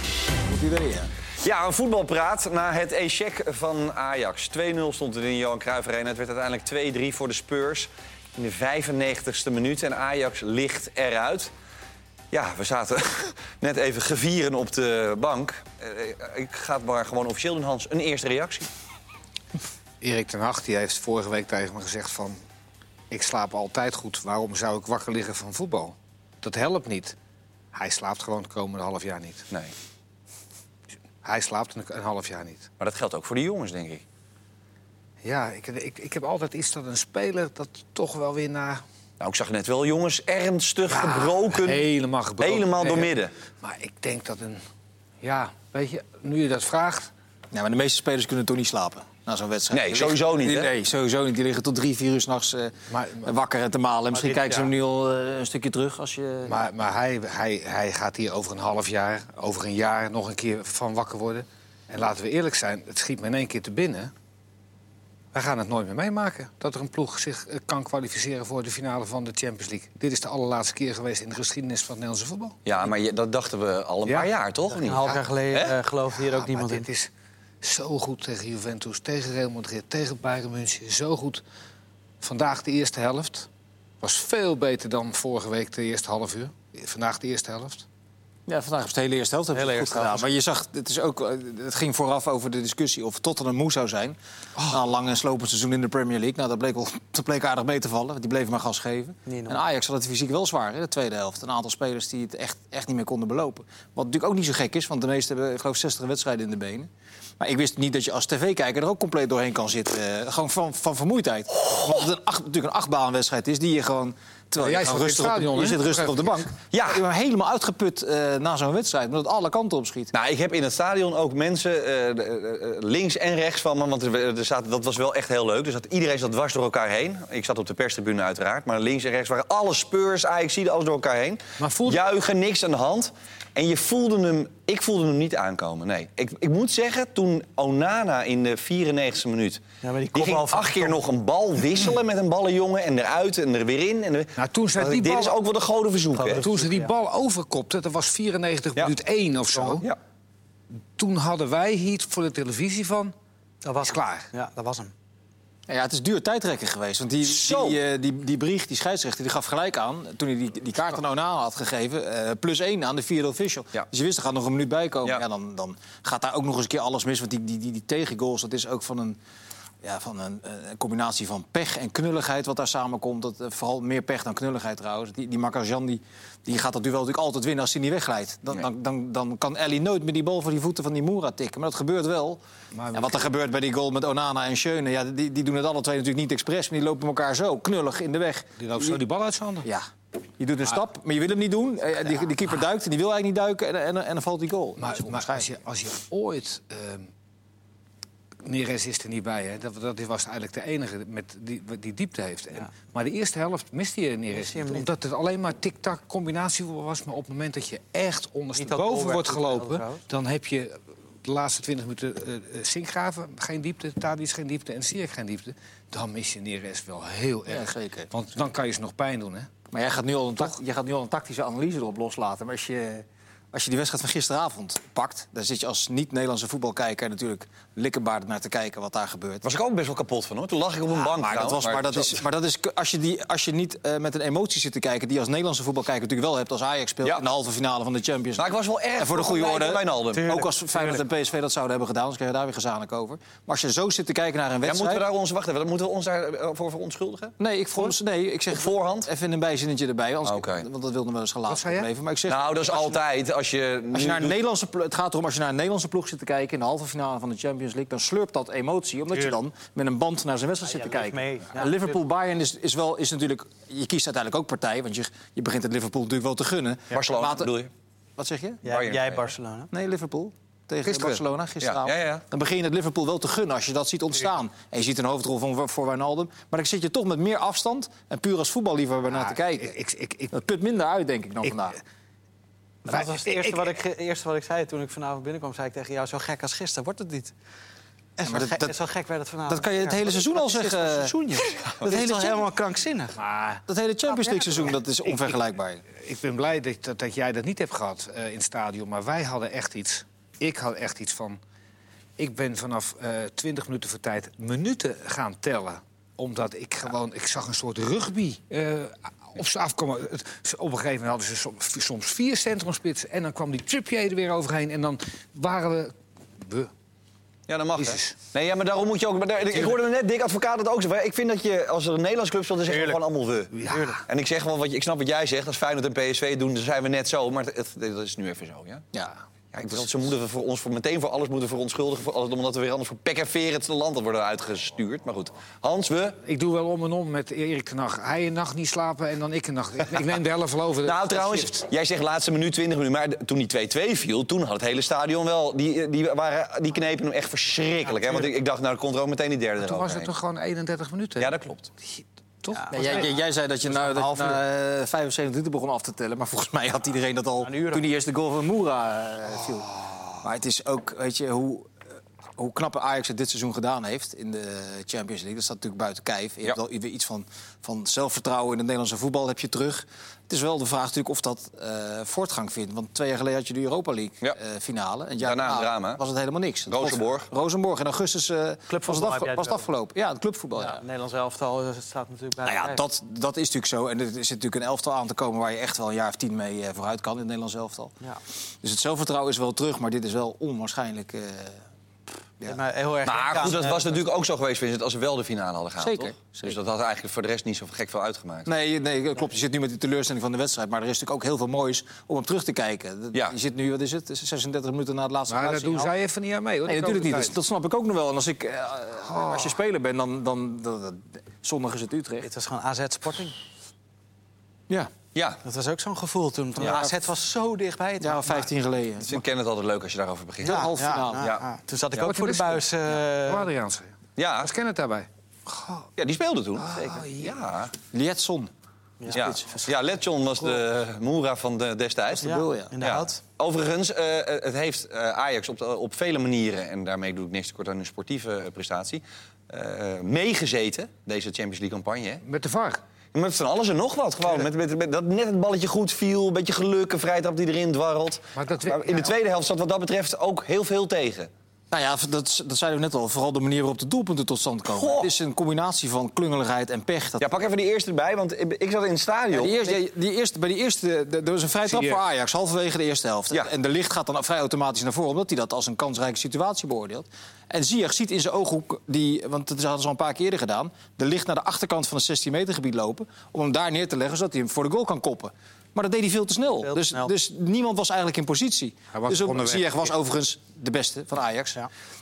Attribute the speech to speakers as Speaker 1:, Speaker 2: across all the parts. Speaker 1: hij erin. ja.
Speaker 2: Ja, een voetbalpraat na het échec van Ajax. 2-0 stond het in de Johan Cruijff Arena. Het werd uiteindelijk 2-3 voor de Spurs in de 95ste minuut. En Ajax ligt eruit. Ja, we zaten net even gevieren op de bank. Eh, Ik ga het maar gewoon officieel doen, Hans. Een eerste reactie.
Speaker 3: Erik ten Hag die heeft vorige week tegen me gezegd van... ik slaap altijd goed, waarom zou ik wakker liggen van voetbal? Dat helpt niet. Hij slaapt gewoon het komende half jaar niet.
Speaker 2: Nee.
Speaker 3: Hij slaapt een, een half jaar niet.
Speaker 2: Maar dat geldt ook voor de jongens, denk ik.
Speaker 3: Ja, ik, ik, ik heb altijd iets dat een speler dat toch wel weer na...
Speaker 2: Nou, ik zag net wel jongens ernstig gebroken.
Speaker 3: Helemaal gebroken.
Speaker 2: Helemaal
Speaker 3: Nee,
Speaker 2: doormidden.
Speaker 3: Maar ik denk dat een... Ja, weet je, nu je dat vraagt...
Speaker 1: Ja, maar de meeste spelers kunnen toch niet slapen na zo'n wedstrijd?
Speaker 2: Nee,
Speaker 1: Die
Speaker 2: sowieso
Speaker 1: liggen-
Speaker 2: niet, hè?
Speaker 1: Nee, nee, sowieso niet. Die liggen tot drie, vier uur s'nachts eh
Speaker 3: Maar-
Speaker 1: wakker en te malen. En misschien
Speaker 3: dit-
Speaker 1: kijken ze
Speaker 3: ja.
Speaker 1: hem nu al eh, een stukje terug als je...
Speaker 3: Maar, maar hij, hij, hij gaat hier over een half jaar, over een jaar nog een keer van wakker worden. En laten we eerlijk zijn, het schiet me in één keer te binnen. Wij gaan het nooit meer meemaken dat er een ploeg zich eh, kan kwalificeren voor de finale van de Champions League. Dit is de allerlaatste keer geweest in de geschiedenis van het Nederlandse voetbal.
Speaker 2: Ja, maar je- dat dachten we al een
Speaker 3: Ja.
Speaker 2: paar jaar, toch? Of
Speaker 4: Een
Speaker 2: niet?
Speaker 4: half jaar geleden
Speaker 2: Hè?
Speaker 4: eh, geloofde hier ook
Speaker 3: Ja, Ah, maar
Speaker 4: niemand in.
Speaker 3: Dit is zo goed tegen Juventus, tegen Real Madrid, tegen Bayern München. Zo goed. Vandaag de eerste helft was veel beter dan vorige week de eerste half uur. Vandaag de eerste helft.
Speaker 1: Ja, vandaag op de hele eerste helft hebben ze
Speaker 4: Hele
Speaker 1: het goed
Speaker 4: eerste
Speaker 1: gedaan. Maar je zag, het, is ook, eh, het ging vooraf over de discussie of Tottenham moe zou zijn. Na een lang en slopend seizoen in de Premier League. Nou, dat bleek, wel, dat bleek aardig mee te vallen. want Die bleven maar gas geven.
Speaker 4: Niet normaal.
Speaker 1: En Ajax had het fysiek wel zwaar in de tweede helft. Een aantal spelers die het echt, echt niet meer konden belopen. Wat natuurlijk ook niet zo gek is, want de meesten hebben ik geloof 60 wedstrijden in de benen. Maar ik wist niet dat je als tv-kijker er ook compleet doorheen kan zitten. eh, gewoon van, van vermoeidheid. Want het een acht, natuurlijk een achtbaanwedstrijd is die je gewoon... Terwijl
Speaker 3: Ja, jij
Speaker 1: je, gewoon
Speaker 3: zat in het
Speaker 1: rustig
Speaker 3: stadion,
Speaker 1: op, je
Speaker 3: hè?
Speaker 1: zit rustig op de bank.
Speaker 2: Ja.
Speaker 1: Je bent helemaal uitgeput eh, na zo'n wedstrijd. Omdat het alle kanten op schiet.
Speaker 2: Nou, ik heb in het stadion ook mensen eh, de- eh, eh, links en rechts van me. Want er, er zaten, dat was wel echt heel leuk. Dus dat, iedereen zat dwars door elkaar heen. Ik zat op de perstribune uiteraard. Maar links en rechts waren alle speurs, Ajaxide, alles door elkaar heen.
Speaker 3: Maar voelde-
Speaker 2: Juichen, niks aan de hand. En je voelde hem... Ik voelde hem niet aankomen, nee. Ik, ik moet zeggen, toen Onana in de 94e minuut...
Speaker 4: Ja, maar die
Speaker 2: die ging
Speaker 4: kopbal van-
Speaker 2: acht keer nog een bal wisselen met een ballenjongen... en eruit en er weer in. En er-
Speaker 3: Nou, toen zei
Speaker 2: Dit
Speaker 3: die bal-
Speaker 2: is ook wel de goden verzoek, hè?
Speaker 3: Toen ze die bal overkopte, dat was 94
Speaker 2: Ja.
Speaker 3: minuut 1 of zo.
Speaker 2: Ja.
Speaker 3: Toen hadden wij hier voor de televisie van.
Speaker 4: Dat was
Speaker 3: Is
Speaker 4: hem.
Speaker 3: klaar.
Speaker 4: Ja, dat was hem.
Speaker 1: Ja, het is duur tijdrekken geweest. Want die,
Speaker 2: Zo.
Speaker 1: die, eh, die, die brief, die scheidsrechter, die gaf gelijk aan... toen hij die, die kaart aan Onana had gegeven, eh, plus één aan de vierde official.
Speaker 2: Ja.
Speaker 1: Dus je wist, er gaat nog een minuut bij komen.
Speaker 2: Ja.
Speaker 1: Ja. dan, dan gaat daar ook nog eens een keer alles mis. Want die, die, die, die tegengoals, dat is ook van een... Ja, van een, eh, een combinatie van pech en knulligheid wat daar samenkomt. Dat, eh, vooral meer pech dan knulligheid trouwens. Die, die Makarjan die, die gaat dat duel natuurlijk altijd winnen als hij niet wegleidt. Dan, dan, dan, dan kan Ellie nooit meer die bal voor die voeten van die Moera tikken. Maar dat gebeurt wel.
Speaker 3: Maar we-
Speaker 1: en wat er gebeurt bij die goal met Onana en Schöne... Ja, die, die doen het alle twee natuurlijk niet expres... maar die lopen elkaar zo knullig in de weg.
Speaker 3: Die loopt zo die bal uit zijn handen.
Speaker 1: Ja, je doet een stap, maar je wil hem niet doen. Eh, Die, die keeper duikt en die wil eigenlijk niet duiken en, en, en dan valt die goal.
Speaker 3: Maar,
Speaker 1: Dat is
Speaker 3: maar als, je,
Speaker 1: onwaarschijnlijk.
Speaker 3: als je ooit. ehm Neres is er niet bij, hè? Dat, dat was eigenlijk de enige met die, wat die diepte heeft. En- Maar de eerste helft miste je Neres
Speaker 4: hij hem
Speaker 3: niet,
Speaker 4: niet.
Speaker 3: Omdat het alleen maar tik-tak combinatievoetbal was. Maar op het moment dat je echt
Speaker 4: Niet dat
Speaker 3: ondersteboven
Speaker 4: Tolweg
Speaker 3: wordt
Speaker 4: het wel
Speaker 3: gelopen...
Speaker 4: trouwens.
Speaker 3: dan heb je de laatste 20 minuten eh, eh, Sinkgraven geen diepte... Tadic geen diepte en Sierk geen diepte. Dan mis je Neres wel heel erg.
Speaker 1: zeker.
Speaker 3: Want dan kan je ze nog pijn doen, hè?
Speaker 1: Maar jij gaat, nu al een tac- jij gaat nu al een tactische analyse erop loslaten. Maar als je, als je die wedstrijd van gisteravond pakt... dan zit je als niet-Nederlandse voetbalkijker natuurlijk likkenbaard naar te kijken wat daar gebeurt.
Speaker 2: Was ik ook best wel kapot van, hoor. Toen lag ik op een bank.
Speaker 1: Maar dat,
Speaker 2: trouwens,
Speaker 1: was, maar, dat is, maar dat is, als je, die, als je niet eh, met een emotie zit te kijken... die je als Nederlandse voetbalkijker natuurlijk wel hebt als Ajax speelt...
Speaker 2: Ja.
Speaker 1: in de halve finale van de Champions
Speaker 2: Nou, ik was wel erg
Speaker 1: En voor de goede
Speaker 2: blij voor
Speaker 1: orde,
Speaker 2: Wijnaldum.
Speaker 1: ook als Feyenoord en PSV dat zouden hebben gedaan... dus krijg je daar weer gezamenlijk over. Maar als je zo zit te kijken naar een
Speaker 2: Ja, moeten
Speaker 1: wedstrijd...
Speaker 2: we daar ons wachten? Wat Moeten we ons daarvoor verontschuldigen?
Speaker 1: Nee, ik, vond, nee, ik zeg
Speaker 2: voorhand?
Speaker 1: even een bijzinnetje erbij, anders,
Speaker 2: Oké.
Speaker 1: want dat wilde nog wel eens
Speaker 3: Wat
Speaker 1: gelaten
Speaker 3: zei jij?
Speaker 1: blijven. Maar ik zeg,
Speaker 2: Nou, dat is altijd als je.
Speaker 1: als je
Speaker 2: nu
Speaker 1: naar een
Speaker 2: doet-
Speaker 1: Nederlandse plo- het gaat erom als je naar een Nederlandse ploeg zit te kijken in de halve finale van de Champions League, dan slurpt dat emotie, omdat je dan met een band naar zijn wedstrijd zit te
Speaker 4: Ja, je
Speaker 1: kijken.
Speaker 4: leeft mee. Ja,
Speaker 1: En Liverpool Bayern is, is wel is natuurlijk, je kiest uiteindelijk ook partij, want je, je begint het Liverpool natuurlijk wel te gunnen.
Speaker 2: Barcelona,
Speaker 1: Later-
Speaker 2: bedoel je?
Speaker 1: Wat zeg je?
Speaker 4: Jij,
Speaker 2: Bayern.
Speaker 4: jij Barcelona.
Speaker 1: Nee, Liverpool. Tegen
Speaker 3: Gisteren.
Speaker 1: Barcelona gisteravond.
Speaker 2: Ja, ja, ja.
Speaker 1: Dan begin je het Liverpool wel te gunnen als je dat ziet ontstaan. En je ziet een hoofdrol van, voor Wijnaldum. Maar dan zit je toch met meer afstand en puur als voetballiefhebber naar te
Speaker 3: Ah,
Speaker 1: kijken.
Speaker 3: Ik, ik, ik,
Speaker 1: Dat put minder uit, denk ik, dan
Speaker 3: Ik-
Speaker 1: vandaag.
Speaker 4: Dat was het eerste,
Speaker 3: ik-
Speaker 4: wat ik, ge- eerste wat ik zei toen ik vanavond binnenkwam. zei ik tegen jou, zo gek als gisteren wordt het niet. En zo,
Speaker 1: maar dat-
Speaker 4: gek,
Speaker 1: dat-
Speaker 4: zo gek werd het vanavond.
Speaker 1: dat kan je het
Speaker 4: Ja,
Speaker 1: hele
Speaker 4: wat is-
Speaker 1: seizoen
Speaker 4: wat
Speaker 1: al
Speaker 4: is dit
Speaker 1: zeggen.
Speaker 4: voor seizoen, joh? dat
Speaker 1: hele
Speaker 4: is toch
Speaker 1: seizoen.
Speaker 4: helemaal krankzinnig?
Speaker 1: Dat hele Champions League seizoen, dat is onvergelijkbaar.
Speaker 3: Ik ben blij dat, dat, dat jij dat niet hebt gehad eh, in het stadion. Maar wij hadden echt iets. ik had echt iets van... Ik ben vanaf eh 20 minuten voor tijd minuten gaan tellen. Omdat ik gewoon... Ik zag een soort rugby eh, op ze afkomen. Het- ze- op een gegeven moment hadden ze soms, soms vier centrumspitsen. En dan kwam die Trippier er weer overheen. En dan waren we... we
Speaker 2: Ja, dat mag. hè?
Speaker 3: Jezus.
Speaker 2: Nee, ja, maar daarom moet je ook. Maar daar- ik hoorde net Dick Advocaat het ook zeggen. Ik vind dat je, als er een Nederlands club speelt, dan zeggen we gewoon allemaal we.
Speaker 3: Tuurlijk.
Speaker 2: En ik zeg wel, wat je, ik snap wat jij zegt. Als Feyenoord en PSV doen, dan zijn we net zo. Maar het, het- dat is nu even zo, ja?
Speaker 1: Ja.
Speaker 2: Ja, ik bedoel, ze moeten voor ons voor, meteen voor alles moeten verontschuldigen. Voor alles, omdat we weer anders voor pek en veren het land worden uitgestuurd. Maar goed, Hans, we...
Speaker 3: Ik doe wel om en om met Erik de Nacht. Hij een nacht niet slapen en dan ik een nacht. Ik, ik neem de helft wel over. de-
Speaker 1: Eh,
Speaker 2: Nou,
Speaker 3: shift.
Speaker 2: trouwens, jij zegt laatste minuut, 20 minuten. Maar d- toen die 2-2 viel, toen had het hele stadion wel... Die, eh, die, waren, die knepen hem echt verschrikkelijk. hè? Want ik, ik dacht, nou, er komt er ook meteen die derde
Speaker 3: Toen was het
Speaker 2: eroverheen.
Speaker 3: toch gewoon 31 minuten?
Speaker 2: Ja, dat klopt.
Speaker 3: Toch?
Speaker 1: Nee, jij, jij- jij zei dat je na, dat je na, eh, 75 minuten begon af te tellen. Maar volgens mij had iedereen dat al toen die eerste goal van Moura eh,
Speaker 2: Oh.
Speaker 1: viel. Maar het is ook, weet je, hoe, eh, hoe knappe Ajax het dit seizoen gedaan heeft in de Champions League. Dat staat natuurlijk buiten kijf. Je hebt wel weer iets van, van zelfvertrouwen in het Nederlandse voetbal heb je terug. Het is wel de vraag natuurlijk of dat eh, voortgang vindt. Want twee jaar geleden had je de Europa League
Speaker 2: Ja.
Speaker 1: eh, finale. En het jaar
Speaker 2: Daarna een
Speaker 1: daarna
Speaker 2: drama, hè?
Speaker 1: was het helemaal niks. Het was-
Speaker 2: Rosenborg.
Speaker 1: Rosenborg. In augustus eh, was, het
Speaker 4: heb
Speaker 1: afge-
Speaker 4: jij het
Speaker 1: was het
Speaker 4: wel.
Speaker 1: afgelopen. Ja, het clubvoetbal. ja.
Speaker 4: Ja, het Nederlands elftal eh, staat natuurlijk bij.
Speaker 1: Nou ja,
Speaker 4: de-
Speaker 1: dat, dat is natuurlijk zo. En er zit natuurlijk een elftal aan te komen waar je echt wel een jaar of tien mee eh, vooruit kan in het Nederlands elftal.
Speaker 4: Ja.
Speaker 1: Dus het zelfvertrouwen is wel terug, maar dit is wel onwaarschijnlijk. eh, Ja.
Speaker 4: Maar heel erg.
Speaker 2: Maar
Speaker 4: Ja,
Speaker 2: goed, dat
Speaker 4: eh,
Speaker 2: was natuurlijk ook zo geweest Vincent, als ze wel de finale hadden gehaald.
Speaker 1: Zeker,
Speaker 2: toch? Dus dat had eigenlijk voor de rest niet zo gek veel uitgemaakt.
Speaker 1: Nee, nee, klopt. Je zit nu met die teleurstelling van de wedstrijd. Maar er is natuurlijk ook heel veel moois om op terug te kijken. Dat-
Speaker 2: Ja.
Speaker 1: Je zit nu, wat is het, 36 minuten na het laatste
Speaker 3: Maar dat doen
Speaker 1: fluitsignaal.
Speaker 3: zij even niet aan mee, hoor.
Speaker 1: Nee,
Speaker 3: die
Speaker 1: natuurlijk niet.
Speaker 3: komende
Speaker 1: Dus dat snap ik ook nog wel. En als, ik, eh, als je speler bent, dan... dan, dan, dan- zondag is het Utrecht.
Speaker 4: Dit was gewoon AZ Sporting.
Speaker 1: Ja,
Speaker 2: Ja,
Speaker 4: Dat was ook zo'n gevoel toen. toen AZ was zo dichtbij. Het
Speaker 1: ja 15 geleden.
Speaker 2: ik ken het altijd leuk als je daarover begint.
Speaker 1: Ja, half finale.
Speaker 4: Ja,
Speaker 2: Ja.
Speaker 4: ja. Toen zat ik
Speaker 2: Ja,
Speaker 4: ook
Speaker 2: wat
Speaker 4: voor de buis. eh,
Speaker 3: tijd. Adriaanse.
Speaker 2: Ja,
Speaker 3: Als ken het daarbij.
Speaker 2: ja, die speelde toen.
Speaker 3: Oh,
Speaker 2: Zeker. Ja,
Speaker 1: Lietson.
Speaker 2: ja. ja Letjon was de Moera van de, destijds.
Speaker 4: ja,
Speaker 1: bedoel, ja.
Speaker 4: Inderdaad.
Speaker 2: Overigens, eh, het heeft eh, Ajax op, de- op vele manieren... en daarmee doe ik niks tekort aan hun sportieve eh, prestatie... eh, meegezeten, deze Champions League-campagne. hè?
Speaker 3: Met de VAR.
Speaker 2: Met van alles en nog wat. Gewoon. Met, met, met- dat net het balletje goed viel, een beetje geluk, een vrijtrap die erin dwarrelt.
Speaker 3: Maar dat-
Speaker 2: in de tweede helft zat wat dat betreft ook heel veel tegen.
Speaker 1: Nou ja, dat, dat zeiden we net al. Vooral de manier waarop de doelpunten tot stand komen.
Speaker 2: Goh.
Speaker 1: Het is een combinatie van klungeligheid en pech. Dat...
Speaker 2: Ja, pak even die eerste erbij, want ik, ik zat in het stadion.
Speaker 1: die eerste, die, die eerste, bij die eerste, de- er was een vrij trap
Speaker 3: Zie je.
Speaker 1: voor Ajax, halverwege de eerste helft.
Speaker 2: Ja.
Speaker 1: En de licht gaat dan vrij automatisch naar voren, omdat hij dat als een kansrijke situatie beoordeelt. En Ziyech ziet in zijn ooghoek, die, want dat hadden ze al een paar keer eerder gedaan... de licht naar de achterkant van het 16 meter gebied lopen... om hem daar neer te leggen, zodat hij hem voor de goal kan koppen. Maar dat deed hij veel te snel.
Speaker 4: Veel te
Speaker 1: dus,
Speaker 4: snel.
Speaker 1: dus niemand was eigenlijk in positie.
Speaker 3: Hij was
Speaker 1: dus op-
Speaker 3: onderweg.
Speaker 1: Ziyech was overigens de beste van Ajax.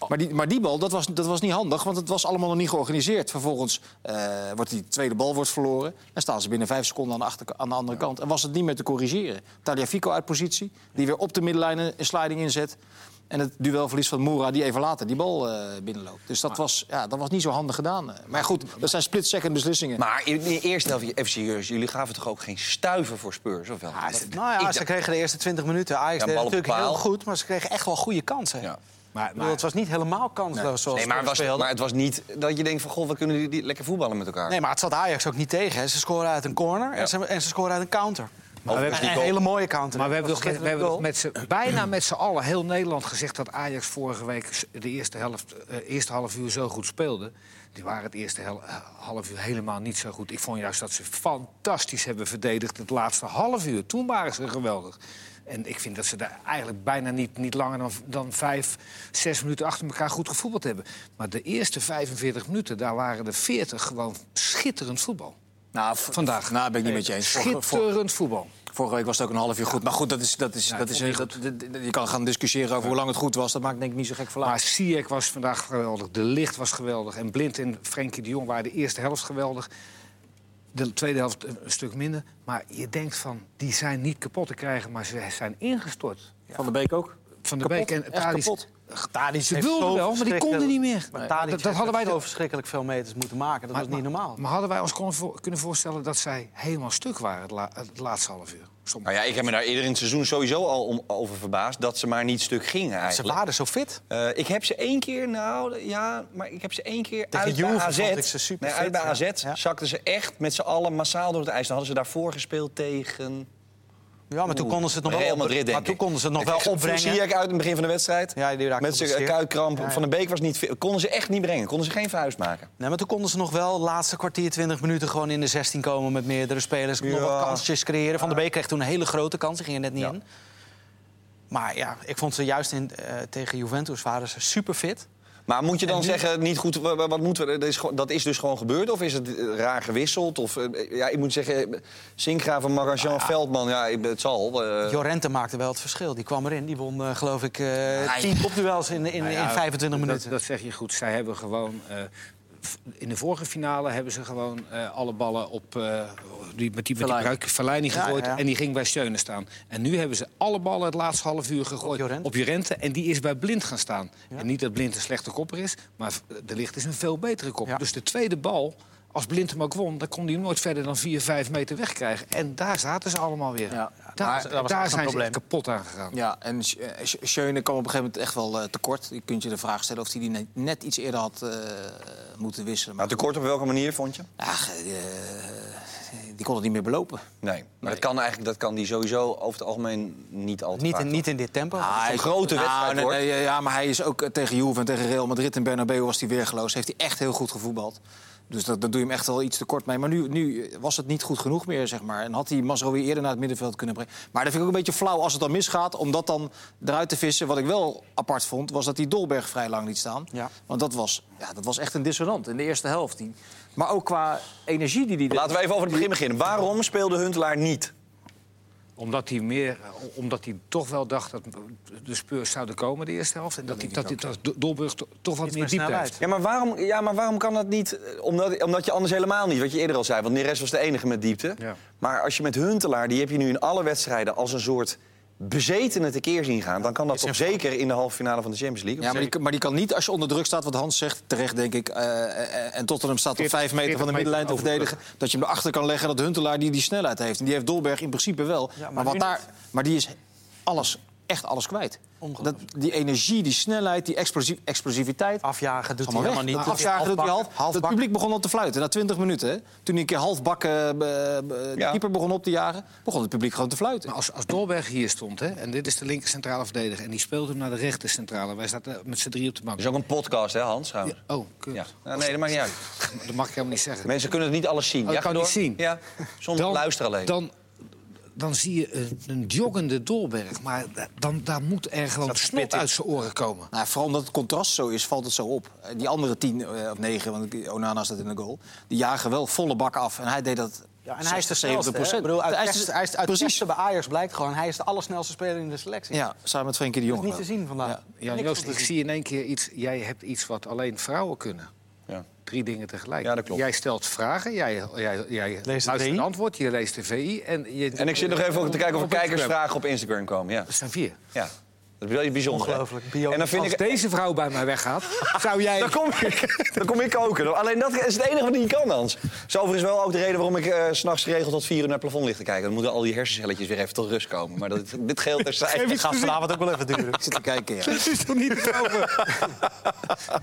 Speaker 1: Maar, die, maar die bal, dat was, dat was niet handig, want het was allemaal nog niet georganiseerd. Vervolgens eh, wordt die tweede bal wordt verloren. En staan ze binnen vijf seconden aan de, achter, aan de andere kant. En was het niet meer te corrigeren. Taliafico uit positie, die weer op de middenlijn een een sliding inzet. En het duelverlies van Moura, die even later die bal eh, binnenloopt. Dus dat was, ja, dat was niet zo handig gedaan. eh. Maar goed, dat zijn split-second beslissingen.
Speaker 2: Maar in de eerste helft, even serieus, jullie gaven toch ook geen stuiven voor Spurs, of wel?
Speaker 4: Nou ja, ze kregen de eerste 20 minuten. Ajax
Speaker 2: Ja,
Speaker 4: deed
Speaker 2: bal op
Speaker 4: natuurlijk
Speaker 2: paal.
Speaker 4: heel goed, maar ze kregen echt wel goede kansen.
Speaker 2: Ja.
Speaker 3: Maar-
Speaker 4: Ik bedoel, het was niet helemaal kansloos zoals
Speaker 2: nee, maar het,
Speaker 4: Spurs
Speaker 2: was,
Speaker 4: speelde.
Speaker 2: maar het was niet dat je denkt van, goh, we kunnen die, die lekker voetballen met elkaar.
Speaker 4: Nee, maar het zat Ajax ook niet tegen. hè. Ze scoren uit een corner
Speaker 2: Ja.
Speaker 4: en, ze, en ze scoren uit een counter.
Speaker 2: Maar we
Speaker 4: En
Speaker 2: hebben die
Speaker 4: een
Speaker 2: goal-
Speaker 4: hele mooie counter.
Speaker 3: Maar we
Speaker 4: Dat
Speaker 3: hebben toch
Speaker 4: was
Speaker 3: we
Speaker 4: letterlijk
Speaker 3: hebben
Speaker 4: goal.
Speaker 3: toch met z'n- bijna met z'n allen, heel Nederland, gezegd dat Ajax vorige week s- de eerste, helft, eh, eerste half uur zo goed speelde. Die waren het eerste hel- eh, half uur helemaal niet zo goed. Ik vond juist dat ze fantastisch hebben verdedigd het laatste half uur. Toen waren ze geweldig. En ik vind dat ze daar eigenlijk bijna niet, niet langer dan, dan vijf, zes minuten achter elkaar goed gevoetbald hebben. Maar de eerste 45 minuten, daar waren de 40 gewoon schitterend voetbal.
Speaker 1: nou, v-
Speaker 3: Vandaag.
Speaker 1: Nou, ben ik niet met je eens. Vorige- vorige-
Speaker 3: Schitterend voetbal.
Speaker 1: Vorige week was het ook een half uur goed. Maar goed, dat is, dat is, dat is, dat- dat- dat- je kan gaan discussiëren over hoe lang het goed was. Dat maakt denk ik niet zo gek verlaat.
Speaker 3: Maar Siek was vandaag geweldig. De Licht was geweldig. En Blind en Frenkie de Jong waren de eerste helft geweldig. De tweede helft een een stuk minder. Maar je denkt van, die zijn niet kapot te krijgen, maar ze zijn ingestort.
Speaker 1: Van de Beek ook.
Speaker 3: Van de
Speaker 1: Kapot,
Speaker 3: Beek en
Speaker 1: echt
Speaker 3: Tadic.
Speaker 1: kapot.
Speaker 4: Tadic
Speaker 3: Ze
Speaker 4: heeft
Speaker 3: wilden wel,
Speaker 4: zo
Speaker 3: maar die
Speaker 4: verschrikkelijk-
Speaker 3: konden niet meer.
Speaker 4: Maar
Speaker 3: Nee.
Speaker 4: Tadic
Speaker 3: Dat- dat
Speaker 4: heeft
Speaker 3: hadden wij
Speaker 4: zo
Speaker 3: toch-
Speaker 4: verschrikkelijk veel meters moeten maken. Dat was niet normaal.
Speaker 3: Maar hadden wij ons kon voor- kunnen voorstellen dat zij helemaal stuk waren het, la- het laatste half uur? Soms.
Speaker 2: Nou ja, ik heb me daar eerder in het seizoen sowieso al om, over verbaasd... dat ze maar niet stuk gingen
Speaker 4: Ze
Speaker 2: eigenlijk.
Speaker 4: waren zo fit.
Speaker 2: Eh, ik heb ze één keer, nou ja, maar ik heb ze één keer
Speaker 4: Tegen
Speaker 2: uit bij
Speaker 4: Juve
Speaker 2: AZ.
Speaker 4: vond ik ze super
Speaker 2: nee, uit bij
Speaker 4: fit,
Speaker 2: AZ
Speaker 4: ja. Ja.
Speaker 2: zakten ze echt met z'n allen massaal door het ijs. Dan hadden ze daarvoor gespeeld tegen
Speaker 4: Ja, maar toen konden ze het nog wel,
Speaker 2: Real
Speaker 4: op-
Speaker 2: Madrid, denk
Speaker 4: maar toen
Speaker 2: ik.
Speaker 4: konden ze het nog
Speaker 2: Ik
Speaker 4: wel
Speaker 2: voel
Speaker 4: opbrengen.
Speaker 2: Ziyech uit in het begin van de wedstrijd.
Speaker 4: Ja, die raakte
Speaker 2: Met zijn
Speaker 4: geblesseerd.
Speaker 2: kuitkramp. Van de Beek was niet fit. Konden ze echt niet brengen. Konden ze geen verhuis maken.
Speaker 4: Nee, maar toen konden ze nog wel laatste kwartier, 20 minuten gewoon in de 16 komen met meerdere spelers. Nog
Speaker 2: Ja.
Speaker 4: wat kansjes creëren. Van der Beek kreeg toen een hele grote kans, die ging er net niet
Speaker 2: Ja.
Speaker 4: in. Maar ja, ik vond ze juist in, eh, tegen Juventus waren ze super fit.
Speaker 2: Maar moet je dan zeggen, niet goed, wa- wa- wat moeten we, dat is, gewoon- dat is dus gewoon gebeurd? Of is het eh, raar gewisseld? Of, eh, ja, ik moet zeggen, eh, Sinkgraven, Maranjan, Veldman, ja, ik- het zal. eh,
Speaker 4: Jorrente maakte wel het verschil. Die kwam erin. Die won, eh, geloof ik, eh 10 kopduels in, in,
Speaker 3: Nou ja,
Speaker 4: in 25
Speaker 3: dat-
Speaker 4: minuten.
Speaker 3: Dat, zeg je goed. Zij hebben gewoon. eh, f- in de vorige finale hebben ze gewoon eh, alle ballen op. eh, die, met die, met die
Speaker 4: Verlijn.
Speaker 3: bruik Verlijn niet
Speaker 4: Ja,
Speaker 3: gegooid.
Speaker 4: ja.
Speaker 3: En die ging bij Steunen staan. En nu hebben ze alle ballen het laatste half uur gegooid op Jorente.
Speaker 4: Jorente.
Speaker 3: En die is bij Blind gaan staan. En niet dat Blind een slechte kopper is. Maar v- de licht is een veel betere kopper.
Speaker 4: Ja.
Speaker 3: Dus de tweede bal. Als Blind hem ook won, dan kon hij hem nooit verder dan 4, 5 meter wegkrijgen. En daar zaten ze allemaal weer.
Speaker 1: Ja.
Speaker 3: Daar,
Speaker 4: Dat was- dat was
Speaker 3: daar
Speaker 4: echt
Speaker 3: zijn
Speaker 4: een
Speaker 3: ze
Speaker 4: probleem.
Speaker 3: echt kapot aan gegaan.
Speaker 1: Ja, en Sch- eh, Sch- Schöne kwam op een gegeven moment echt wel eh, tekort. Je kunt je de vraag stellen of hij die net, net iets eerder had eh, moeten wisselen. Maar
Speaker 2: nou, tekort op welke manier vond je?
Speaker 1: ach, eh, die kon het niet meer belopen.
Speaker 2: Nee. Maar Dat, kan eigenlijk, dat kan die sowieso over het algemeen niet altijd.
Speaker 4: niet, in, niet in dit tempo.
Speaker 1: Ah,
Speaker 2: een grote wedstrijd,
Speaker 1: nee,
Speaker 2: hoor.
Speaker 1: nee, ja, maar hij is ook eh, tegen Juve en tegen Real Madrid en Bernabeu was hij weergeloos. Heeft hij echt heel goed gevoetbald. Dus dat- daar doe je hem echt wel iets tekort mee. Maar nu, nu eh, was het niet goed genoeg meer, zeg maar. En had hij Masro weer eerder naar het middenveld kunnen brengen. Maar dat vind ik ook een beetje flauw als het dan misgaat. Om dat dan eruit te vissen. Wat ik wel apart vond, was dat hij Dolberg vrij lang liet staan.
Speaker 4: Ja.
Speaker 1: Want dat was, ja, dat was echt een dissonant in de eerste helft. Die, maar ook qua energie die hij...
Speaker 2: Laten we even over het begin beginnen. Waarom speelde Huntelaar niet?
Speaker 3: Omdat hij, meer, omdat hij toch wel dacht dat de speurs zouden komen de eerste helft. En dat, hij, dat, hij- dat Do- Dolburg to- toch wat meer
Speaker 4: meer
Speaker 3: diepte
Speaker 4: snelheid.
Speaker 3: heeft.
Speaker 2: Ja, maar waarom, ja, maar waarom kan dat niet? Eh, Omdat, omdat je anders helemaal niet, wat je eerder al zei. Want Neres was de enige met diepte.
Speaker 3: Ja.
Speaker 2: Maar als je met Huntelaar, die heb je nu in alle wedstrijden... als een soort bezetene tekeer zien gaan... dan kan dat toch zeker in de halve finale van de Champions League?
Speaker 1: Ja, maar die, kan- maar die kan niet als je onder druk staat, wat Hans zegt, terecht denk ik. eh, eh en Tottenham staat op
Speaker 3: 40,
Speaker 1: vijf meter van de
Speaker 3: 40
Speaker 1: middenlijn te
Speaker 3: meter
Speaker 1: verdedigen. Dat je hem erachter kan leggen dat Huntelaar die, die snelheid heeft. En die heeft Dolberg in principe wel.
Speaker 4: Ja, maar
Speaker 1: maar, wat
Speaker 4: nu
Speaker 1: daar, maar die is alles, echt alles kwijt. Dat,
Speaker 4: Ongelooflijk.
Speaker 1: die energie, die snelheid, die explosief, explosiviteit.
Speaker 4: Afjagen doet hij
Speaker 1: Allemaal
Speaker 4: helemaal
Speaker 1: weg.
Speaker 4: niet.
Speaker 1: Nou,
Speaker 4: Doet hij
Speaker 1: afjagen doet hij half, Het
Speaker 4: halfbakken. Halfbakken.
Speaker 1: publiek begon al te fluiten na 20 minuten. Hè. Toen hij een keer halfbakken eh, be- be-
Speaker 2: Ja.
Speaker 1: keeper begon op te jagen, begon het publiek gewoon te fluiten.
Speaker 3: Maar als, als Dolberg hier stond, hè, en dit is de linker centrale verdediger... en die speelt hem naar de rechter centrale. Wij zaten met z'n drie op de bank.
Speaker 2: Dat is ook een podcast, hè, Hans? trouwens?
Speaker 3: Oh, kut.
Speaker 2: Ja. Nou, nee, dat maakt niet uit.
Speaker 3: Dat mag ik helemaal niet zeggen.
Speaker 2: Mensen kunnen het niet alles zien.
Speaker 3: Oh,
Speaker 2: ja,
Speaker 3: ik kan
Speaker 2: ga door.
Speaker 3: niet zien.
Speaker 2: Ja, soms luisteren alleen.
Speaker 3: Dan, dan zie je een, een joggende Dolberg. Maar da- dan, daar moet er gewoon snot uit zijn oren komen.
Speaker 1: Nou, vooral omdat het contrast zo is, valt het zo op. Eh, Die andere tien eh, of negen, want Onana staat in de goal... die jagen wel volle bak af. En hij deed dat
Speaker 4: Ja, en hij is de
Speaker 1: 60,
Speaker 4: snelste.
Speaker 1: 70
Speaker 4: hè? Ik
Speaker 1: procent.
Speaker 4: bedoel, uit
Speaker 1: Hij is de-
Speaker 4: testen, hij is, uit
Speaker 1: precies.
Speaker 4: testen bij Ajax blijkt gewoon... hij is de allersnelste speler in de selectie.
Speaker 1: Ja, samen met Frenkie de
Speaker 4: Dat
Speaker 1: Jong.
Speaker 4: is niet te zien vandaag.
Speaker 1: Ja.
Speaker 3: Jan
Speaker 4: Niks
Speaker 3: Joost,
Speaker 4: van te
Speaker 3: ik
Speaker 4: zien.
Speaker 3: zie in één keer iets... Jij hebt iets wat alleen vrouwen kunnen.
Speaker 2: Ja.
Speaker 3: drie dingen tegelijk.
Speaker 2: Ja, dat klopt.
Speaker 3: Jij stelt vragen, jij, jij, jij
Speaker 4: Leest de
Speaker 3: luistert
Speaker 4: VI.
Speaker 3: een antwoord, je leest de VI. En, je,
Speaker 2: En ik zit nog even te kijken of er
Speaker 3: Op Instagram.
Speaker 2: kijkersvragen op Instagram komen. Ja,
Speaker 3: Er staan vier.
Speaker 2: ja. dat is wel bijzonder. hè?
Speaker 4: Ongelooflijk. Bio-
Speaker 2: En dan vind
Speaker 3: Als
Speaker 2: ik...
Speaker 3: deze vrouw bij mij weggaat, zou jij...
Speaker 2: Dan kom, ik, dan kom ik koken. Alleen dat is het enige wat niet kan, Hans. Zo overigens wel ook de reden waarom ik eh, 's s'nachts geregeld tot vier uur naar het plafond lig te kijken. Dan moeten al die hersencelletjes weer even tot rust komen. Maar dat, dit geldt er
Speaker 1: Ik ga vanavond ook wel even duren. Ik zit te kijken, ja.
Speaker 3: Dat is toch niet te geloven?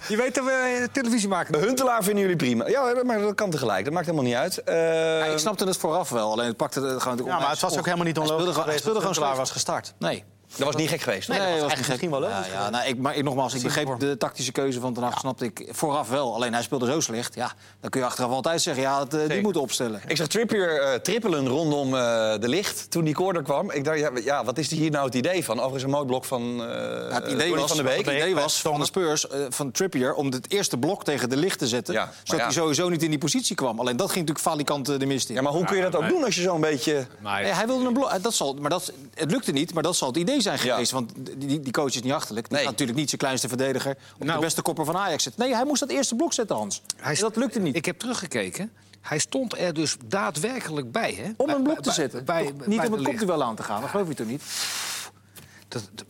Speaker 3: je weet dat we eh, televisie maken.
Speaker 2: Huntelaar vinden jullie prima. Ja, maar dat kan tegelijk. Dat maakt helemaal niet uit. Eh,
Speaker 1: Ja, Ik snapte het vooraf wel, alleen het pakte het gewoon
Speaker 4: Ja, maar het was ook helemaal niet
Speaker 1: Hij
Speaker 4: onlogisch
Speaker 1: speelde gewoon-
Speaker 4: geweest dat
Speaker 1: hij speelde
Speaker 4: Huntelaar
Speaker 1: gewoon
Speaker 4: was gestart.
Speaker 1: slecht. Nee.
Speaker 2: dat was niet gek geweest. hoor.
Speaker 1: Nee,
Speaker 4: dat was
Speaker 1: was
Speaker 4: eigenlijk
Speaker 1: niet gek.
Speaker 4: misschien wel leuk.
Speaker 1: Ja, ja, nou, ik, maar ik, nogmaals, ik begreep de tactische keuze van Ten Hag, snapte ik vooraf wel. Alleen hij speelde zo slecht. Ja, dan kun je achteraf altijd zeggen, ja, dat, eh, die moeten opstellen.
Speaker 2: Ik zag Trippier eh, trippelen rondom eh, de licht toen die corner kwam. Ik dacht, ja, ja, wat is hier nou het idee van? Overigens een mooi blok van, eh
Speaker 1: Ja, Nou, het idee
Speaker 2: Donny
Speaker 1: was
Speaker 2: van
Speaker 1: van,
Speaker 2: de Beek.
Speaker 1: het idee was van de Spurs, eh, van Trippier, om het eerste blok tegen de licht te zetten.
Speaker 2: Ja, maar
Speaker 1: zodat
Speaker 2: ja.
Speaker 1: hij sowieso niet in die positie kwam. Alleen dat ging natuurlijk valikant eh, de mist in.
Speaker 2: Ja, maar hoe kun je dat ook doen als je zo'n beetje...
Speaker 3: Maar
Speaker 1: Eh, hij wilde een blok. eh, Dat zal, maar dat, het lukte niet, maar dat zal het idee zijn
Speaker 2: Ja.
Speaker 1: geweest. Want die- die, die coach is niet achterlijk. Die
Speaker 2: Nee.
Speaker 1: gaat natuurlijk niet zijn kleinste verdediger op
Speaker 3: Nou.
Speaker 1: de beste kopper van Ajax zetten. Nee, hij moest dat eerste blok zetten, Hans.
Speaker 3: Hij
Speaker 1: En dat lukte niet.
Speaker 3: Ik heb teruggekeken. Hij stond er dus daadwerkelijk bij. Hè?
Speaker 1: om
Speaker 3: Bij-
Speaker 1: een blok
Speaker 3: bij-
Speaker 1: te
Speaker 3: bij-
Speaker 1: zetten.
Speaker 3: bij-
Speaker 1: Toch
Speaker 3: bij
Speaker 1: niet
Speaker 3: de
Speaker 1: om het
Speaker 3: licht.
Speaker 1: kopduel aan te gaan, dat geloof je toch niet?
Speaker 3: Dat- dat-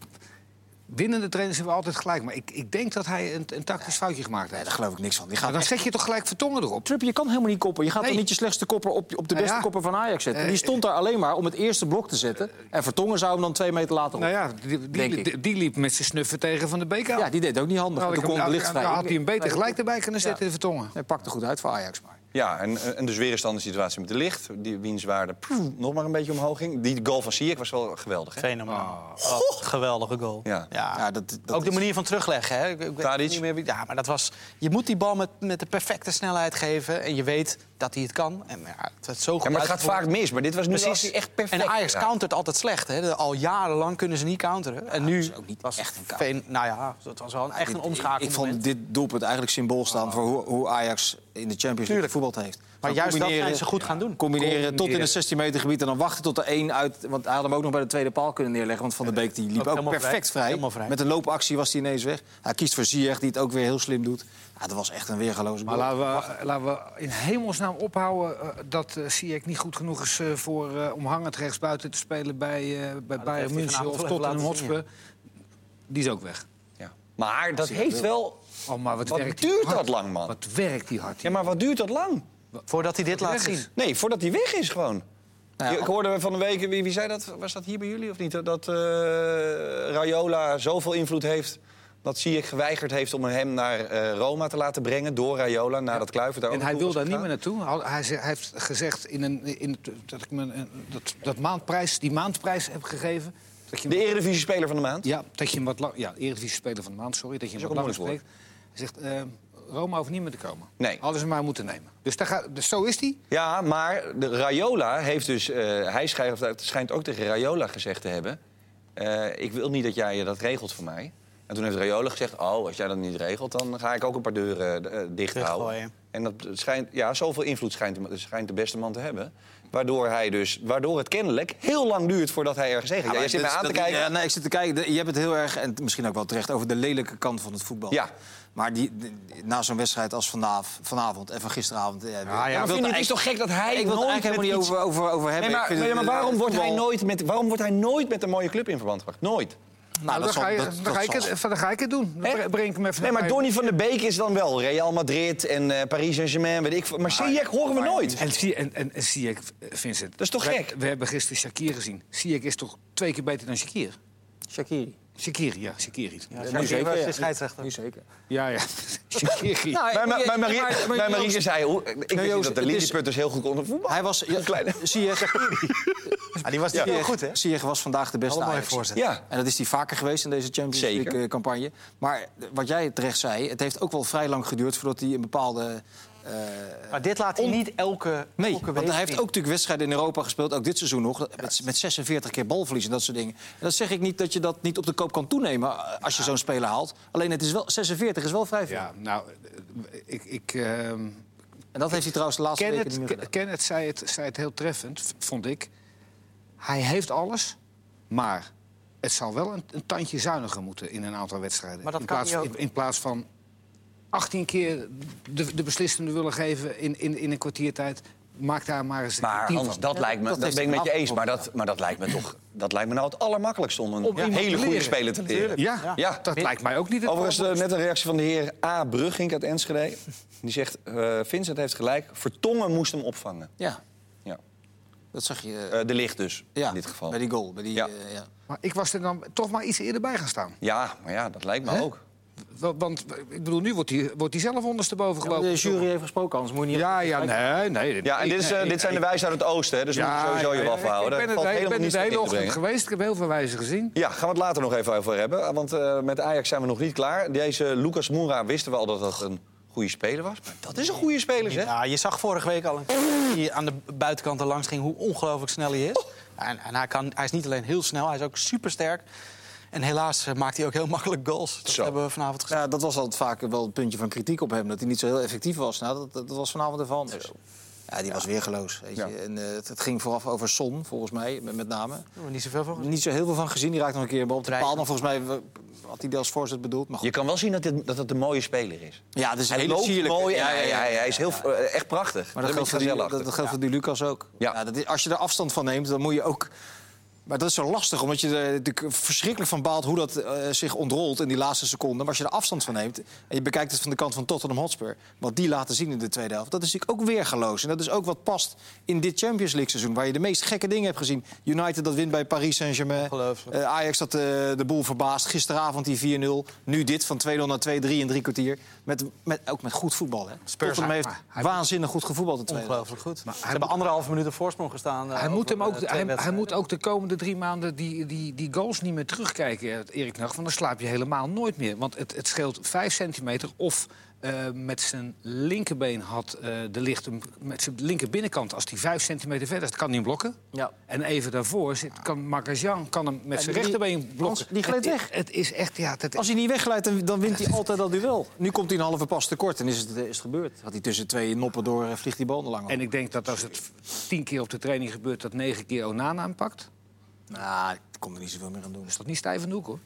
Speaker 3: Winnende trainers hebben altijd gelijk. Maar ik, ik denk dat hij een, een tactisch foutje gemaakt
Speaker 1: Nee,
Speaker 3: heeft.
Speaker 1: daar geloof ik niks van. Die
Speaker 3: Maar
Speaker 1: gaat
Speaker 3: dan
Speaker 1: echt...
Speaker 3: zet je toch gelijk vertongen erop.
Speaker 1: Trippier, je kan helemaal niet koppen. Je gaat
Speaker 3: Nee.
Speaker 1: toch niet je slechtste kopper op, op de
Speaker 3: Nou
Speaker 1: beste
Speaker 3: ja.
Speaker 1: kopper van Ajax zetten.
Speaker 4: Eh,
Speaker 1: Die stond daar alleen maar om het eerste blok te zetten. En Vertongen zou hem dan twee meter later op.
Speaker 3: Nou ja, die,
Speaker 1: Denk
Speaker 3: die,
Speaker 1: ik.
Speaker 3: die, die liep met zijn snuffen tegen Van de Beek aan.
Speaker 1: Ja, die deed ook niet handig.
Speaker 3: Nou,
Speaker 1: En
Speaker 3: ik
Speaker 1: toen kon
Speaker 3: hem-
Speaker 1: het
Speaker 3: nou,
Speaker 1: licht vrij.
Speaker 3: nou had hij hem beter gelijk erbij kunnen
Speaker 1: Ja.
Speaker 3: zetten in Vertongen.
Speaker 1: Hij pakte goed uit voor Ajax, maar...
Speaker 2: Ja, en, en dus weer is dan de situatie met de licht. Die, wiens waarde pff, nog maar een beetje omhoog ging. Die goal van Sierk was wel geweldig, hè?
Speaker 4: Fenomenaal. Oh, geweldige goal.
Speaker 2: Ja.
Speaker 1: Ja, dat- dat
Speaker 4: ook de
Speaker 1: is-
Speaker 4: manier van terugleggen. Hè? Ik, ik weet
Speaker 2: Tadic.
Speaker 4: niet meer wie- ja, maar dat was, je moet die bal met, met de perfecte snelheid geven. En je weet dat hij het kan. En, ja, het is zo goed
Speaker 2: Ja, maar het gaat vaak
Speaker 4: uitgevoerd.
Speaker 2: mis. Maar dit was nu als hij echt perfect.
Speaker 4: En Ajax
Speaker 2: raakt.
Speaker 4: countert altijd slecht. Hè? De- al jarenlang kunnen ze niet counteren. en nu
Speaker 1: is ook niet
Speaker 4: was
Speaker 1: echt een counter.
Speaker 4: Veen, Nou ja, dat was wel een, echt een
Speaker 1: Dit-
Speaker 4: omschakeling.
Speaker 1: Ik vond dit doelpunt eigenlijk symbool staan voor hoe, hoe Ajax in de Champions League voetbald heeft.
Speaker 4: Ah. Maar
Speaker 1: Zo
Speaker 4: juist dat
Speaker 1: combineren-
Speaker 4: zijn ze goed gaan doen.
Speaker 1: Combineren, tot in
Speaker 3: Combineren.
Speaker 1: het 16 meter gebied en dan wachten tot de één uit. Want hij had hem ook nog bij de tweede paal kunnen neerleggen. Want Van der Beek die liep
Speaker 4: Ook
Speaker 1: ook,
Speaker 4: helemaal
Speaker 1: perfect
Speaker 4: vrij.
Speaker 1: vrij.
Speaker 4: Helemaal vrij.
Speaker 1: Met een loopactie was hij ineens weg. Hij kiest voor Ziyech, die het ook weer heel slim doet. Ja, dat was echt een weergeloze
Speaker 3: Maar
Speaker 1: goal.
Speaker 3: laten we, laten we in hemelsnaam ophouden eh, dat eh Ziyech niet goed genoeg is eh, voor eh, om hangend rechtsbuiten te spelen bij, eh bij
Speaker 4: heeft
Speaker 3: Bayern
Speaker 4: hij
Speaker 3: München of
Speaker 4: vanavond wel even
Speaker 3: Tottenham
Speaker 4: laten zien,
Speaker 3: Hotspur. Die is ook weg.
Speaker 2: Ja. Maar dat heeft wel.
Speaker 3: Oh, maar wat,
Speaker 2: Wat
Speaker 3: werkt
Speaker 2: duurt
Speaker 3: die hard.
Speaker 2: dat lang, man?
Speaker 3: Wat werkt die hard?
Speaker 2: Ja, maar wat duurt dat lang?
Speaker 4: Voordat hij dit laat
Speaker 3: weg is.
Speaker 4: zien.
Speaker 2: Nee, voordat hij weg is gewoon.
Speaker 1: Nou ja,
Speaker 2: ik hoorde van de week, wie, wie zei dat? Was dat hier bij jullie of niet? Dat eh Raiola zoveel invloed heeft dat Ziyech geweigerd heeft om hem naar eh, Roma te laten brengen door Raiola nadat Kluivert daar ook
Speaker 3: En hij
Speaker 2: naartoe
Speaker 3: wil
Speaker 2: was
Speaker 3: daar niet meer
Speaker 2: gegaan.
Speaker 3: naartoe. Hij, hij ze- hij heeft gezegd in een, in het- dat ik me een- dat, dat maandprijs, die maandprijs heb gegeven. Dat je hem-
Speaker 2: De Eredivisie-speler van de maand.
Speaker 3: Ja, dat je hem wat lang, ja, Eredivisie speler van de maand, sorry, dat je hem
Speaker 2: Is
Speaker 3: wat
Speaker 2: ook
Speaker 3: langer
Speaker 2: een moeilijk
Speaker 3: spreekt. Hij zegt, eh, Roma hoeft niet meer te komen.
Speaker 2: Nee. Nou,
Speaker 3: Hadden ze maar moeten nemen. Dus, daar gaat, dus zo is hij.
Speaker 2: Ja, maar de Raiola heeft dus... eh, hij schijnt, het schijnt ook tegen Raiola gezegd te hebben... eh, ik wil niet dat jij eh, dat regelt voor mij. En toen heeft Raiola gezegd... oh, als jij dat niet regelt, dan ga ik ook een paar deuren eh, dicht houden.
Speaker 4: Dichtgooien.
Speaker 2: En dat schijnt, ja, zoveel invloed schijnt, hem- schijnt de beste man te hebben. Waardoor, hij dus, waardoor het kennelijk heel lang duurt voordat hij ergens tegen gaat. Ja,
Speaker 1: maar
Speaker 2: jij zit
Speaker 1: dit
Speaker 2: mij
Speaker 1: is-
Speaker 2: aan te
Speaker 1: dat-
Speaker 2: kijken.
Speaker 1: Ja, nou, nee, ik zit te kijken. De- Je hebt het heel erg, en misschien ook wel terecht, over de lelijke kant van het voetbal.
Speaker 2: Ja.
Speaker 1: Maar die, de- na zo'n wedstrijd als vanavond, vanavond en van gisteravond... Ja,
Speaker 3: maar
Speaker 2: Maar
Speaker 1: ik wil
Speaker 2: vind je
Speaker 1: het
Speaker 2: het is toch gek dat hij
Speaker 1: Ik wil het
Speaker 2: nooit
Speaker 1: eigenlijk
Speaker 2: met
Speaker 1: helemaal niet
Speaker 2: iets...
Speaker 1: over, over, over hebben.
Speaker 2: Nee, maar,
Speaker 1: Ik vind
Speaker 2: nee,
Speaker 1: het,
Speaker 2: maar waarom,
Speaker 1: eh,
Speaker 2: wordt hij
Speaker 1: voetbal-
Speaker 2: nooit met, waarom wordt hij nooit met een mooie club in verband gebracht? Nooit.
Speaker 1: Nou,
Speaker 3: dan,
Speaker 1: dat zal-
Speaker 3: ga je,
Speaker 1: dat-
Speaker 3: dan,
Speaker 1: dat
Speaker 3: ga ik
Speaker 1: zal-
Speaker 3: het, dan ga ik het doen. Dan
Speaker 2: Hè?
Speaker 3: bre- breng ik hem even
Speaker 2: Nee,
Speaker 3: naar
Speaker 2: maar
Speaker 3: mij.
Speaker 2: Donny van de Beek is dan wel Real Madrid en eh, Paris Saint-Germain, weet ik veel. Maar Ziyech horen we nooit.
Speaker 3: En, zie- en, en, en Ziyech, eh, Vincent.
Speaker 2: Dat is toch
Speaker 3: we,
Speaker 2: gek?
Speaker 3: We hebben gisteren Shakir gezien. Ziyech is toch twee keer beter dan Shakir?
Speaker 1: Shakiri.
Speaker 3: Shakiri, ja, Shakiri. Ja,
Speaker 4: Nu zeker, ja. scheidsrechter.
Speaker 1: Nu zeker.
Speaker 3: ja. Shakiri.
Speaker 1: Nou,
Speaker 2: Bij,
Speaker 1: je-
Speaker 2: bij,
Speaker 1: maar-
Speaker 2: Marie,
Speaker 1: maar-
Speaker 2: bij Marieke zei, hoe- ik wist niet
Speaker 1: Joost,
Speaker 2: dat de
Speaker 1: het is-
Speaker 2: Lilliputters heel goed konden voetballen.
Speaker 1: Hij was... Ja,
Speaker 2: Kleine-
Speaker 1: zie je...
Speaker 4: Ah, die was
Speaker 2: Ja.
Speaker 4: niet heel goed, hè?
Speaker 1: Ziyech was vandaag de beste
Speaker 4: Wel een mooie
Speaker 1: Ajaxer.
Speaker 4: voorzet.
Speaker 2: Ja.
Speaker 1: En dat is hij vaker geweest in deze Champions
Speaker 2: Zeker.
Speaker 1: League-campagne. Maar eh, wat jij terecht zei, het heeft ook wel vrij lang geduurd... voordat hij een bepaalde... eh,
Speaker 4: Maar dit laat hij niet elke,
Speaker 1: Nee,
Speaker 4: elke
Speaker 1: want
Speaker 4: week
Speaker 1: hij heeft
Speaker 4: zien.
Speaker 1: ook natuurlijk wedstrijden in Europa gespeeld, ook dit seizoen nog. Met, met 46 keer balverlies en dat soort dingen. En dat zeg ik niet dat je dat niet op de koop kan toenemen eh, als je zo'n speler haalt. Alleen het is wel, 46 is wel vrij veel.
Speaker 3: Ja, nou, eh, ik... ik ehm,
Speaker 1: En dat heeft hij trouwens de laatste weken niet
Speaker 3: Kenneth,
Speaker 1: meer gedaan.
Speaker 3: Ken- Kenneth zei het, zei het heel treffend, v- vond ik. Hij heeft alles, maar het zal wel een, een tandje zuiniger moeten in een aantal wedstrijden.
Speaker 4: Maar dat
Speaker 3: in,
Speaker 4: kan
Speaker 3: plaats,
Speaker 4: hij ook.
Speaker 3: in, in plaats van 18 keer de, de beslissende willen geven in, in, in een kwartiertijd, maak daar maar eens
Speaker 2: Maar
Speaker 3: tien
Speaker 2: Hans,
Speaker 3: van.
Speaker 2: dat lijkt me,
Speaker 1: dat
Speaker 2: dat,
Speaker 1: heeft
Speaker 2: ben ik
Speaker 1: hij
Speaker 2: met je
Speaker 1: af-
Speaker 2: eens, maar dat, maar dat lijkt me toch dat lijkt me nou het allermakkelijkste om een
Speaker 3: Om iemand
Speaker 2: hele
Speaker 3: te
Speaker 2: goede
Speaker 3: leren.
Speaker 2: speler te leren.
Speaker 3: Ja,
Speaker 2: Ja.
Speaker 3: ja, dat lijkt mij ook niet het
Speaker 2: Overigens eh, net een reactie van de heer A. Brugink uit Enschede. Die zegt, eh, Vincent heeft gelijk, Vertongen moest hem opvangen.
Speaker 1: Ja,
Speaker 2: Ja.
Speaker 1: dat zag je eh,
Speaker 2: Eh, de licht dus,
Speaker 1: ja,
Speaker 2: in dit geval.
Speaker 1: bij die goal. Bij die,
Speaker 2: Ja.
Speaker 1: ja. ja.
Speaker 2: eh,
Speaker 3: Maar ik was er dan toch maar iets eerder bij gaan staan.
Speaker 2: Ja, maar ja, dat lijkt me
Speaker 3: Hè?
Speaker 2: ook.
Speaker 3: Wa- Want eh, ik bedoel, nu wordt hij wordt hij zelf ondersteboven gelopen.
Speaker 1: De jury heeft gesproken, anders moet je niet...
Speaker 3: Ja, ja, nee, nee.
Speaker 2: Ja, en dit, is, eh,
Speaker 3: Nee,
Speaker 2: dit zijn
Speaker 3: ik-
Speaker 2: de wijzen uit het oosten, hè, dus moet je sowieso je
Speaker 3: ja,
Speaker 2: waf
Speaker 3: ja.
Speaker 2: houden.
Speaker 3: Ik
Speaker 2: Daar
Speaker 3: ben,
Speaker 2: valt
Speaker 3: het, ik
Speaker 2: helemaal
Speaker 3: ben
Speaker 2: niets
Speaker 3: de hele
Speaker 2: tegen in te
Speaker 3: ochtend
Speaker 2: brengen.
Speaker 3: geweest. Ik heb heel veel wijzen gezien.
Speaker 2: Ja, gaan we het later nog even over hebben. Want eh, met Ajax zijn we nog niet klaar. Deze Lucas Moura wisten we al dat dat een goede speler was. Maar dat is een goede speler, zeg.
Speaker 4: Ja, je zag vorige week al een keer die aan de buitenkant er langs ging hoe ongelooflijk snel hij is. En, en hij, kan, hij is niet alleen heel snel, hij is ook supersterk. En helaas eh, maakt hij ook heel makkelijk goals. Dat
Speaker 2: Zo.
Speaker 4: hebben we vanavond gezien.
Speaker 1: Ja, dat was altijd vaak wel het puntje van kritiek op hem. Dat hij niet zo heel effectief was. Nou, dat, dat, dat was vanavond even anders. Ja, die was weergeloos. Weet je.
Speaker 2: Ja.
Speaker 1: En, eh, het, het ging vooraf over Son, volgens mij, met, met name.
Speaker 4: Daar hebben we niet zoveel van gezien.
Speaker 1: Niet zo heel veel van gezien. Die raakte nog een keer een bal op de
Speaker 4: Dreigend.
Speaker 1: paal. Maar volgens mij we- had hij die als voorzet bedoeld. Maar goed.
Speaker 2: Je kan wel zien dat, dit, dat het een mooie speler is.
Speaker 1: Ja, het is een
Speaker 2: Hij
Speaker 1: hele
Speaker 2: loopt
Speaker 1: sierlijke-
Speaker 2: mooi en
Speaker 1: Ja, ja,
Speaker 2: hij,
Speaker 1: ja,
Speaker 2: hij, hij is heel, eh, echt prachtig.
Speaker 1: Maar dat geldt, voor die, dat, dat geldt voor die Lucas ook.
Speaker 2: Ja.
Speaker 1: dat is, als je er afstand van neemt, dan moet je ook... Maar dat is zo lastig, omdat je er natuurlijk verschrikkelijk van baalt... hoe dat eh, zich ontrolt in die laatste seconden. Maar als je er afstand van neemt en je bekijkt het van de kant van Tottenham Hotspur... wat die laten zien in de tweede helft, dat is natuurlijk ook weergeloos. En dat is ook wat past in dit Champions League seizoen... waar je de meest gekke dingen hebt gezien. United dat wint bij Paris Saint-Germain.
Speaker 4: Ongelooflijk.
Speaker 1: Eh, Ajax dat eh, de boel verbaast. Gisteravond die 4-0. Nu dit, van 2-0 naar 2-3 in drie kwartier. Met, met, ook met goed voetbal, hè? Ah, Tottenham heeft
Speaker 3: maar hij-
Speaker 1: waanzinnig goed gevoetbald de tweede helft.
Speaker 4: Ongelooflijk goed. Ze hebben anderhalve minuut op voorsprong gestaan. eh,
Speaker 1: Nou,
Speaker 3: Hij moet,
Speaker 4: over,
Speaker 3: hem ook,
Speaker 4: eh, twee
Speaker 3: hij, hij
Speaker 4: wedstrijden.
Speaker 3: moet ook de komende drie maanden die, die, die goals niet meer terugkijken, eh, Erik Nacht. Want dan slaap je helemaal nooit meer. Want het, het scheelt vijf centimeter. Of eh, met zijn linkerbeen had eh, de licht hem met zijn linker binnenkant. Als die vijf centimeter verder is, kan hij hem blokken.
Speaker 1: Ja.
Speaker 3: En even daarvoor zit, kan Marcajan kan hem met
Speaker 1: En
Speaker 3: zijn
Speaker 1: die-
Speaker 3: rechterbeen blokken.
Speaker 1: die gleed
Speaker 3: Het-
Speaker 1: weg.
Speaker 3: Het, is echt, ja, het,
Speaker 1: Als hij niet wegleidt, dan, dan wint hij altijd dat duel. Nu komt hij een halve pas tekort en is het, eh, is het gebeurd. Had hij tussen twee noppen door, eh, vliegt die bal er lang op.
Speaker 3: en ik denk dat als het tien keer op de training gebeurt, dat negen keer Onana aanpakt.
Speaker 1: Nou, ik kon er niet zoveel meer aan doen.
Speaker 3: Is dat niet stijf aan de hoek, hoor?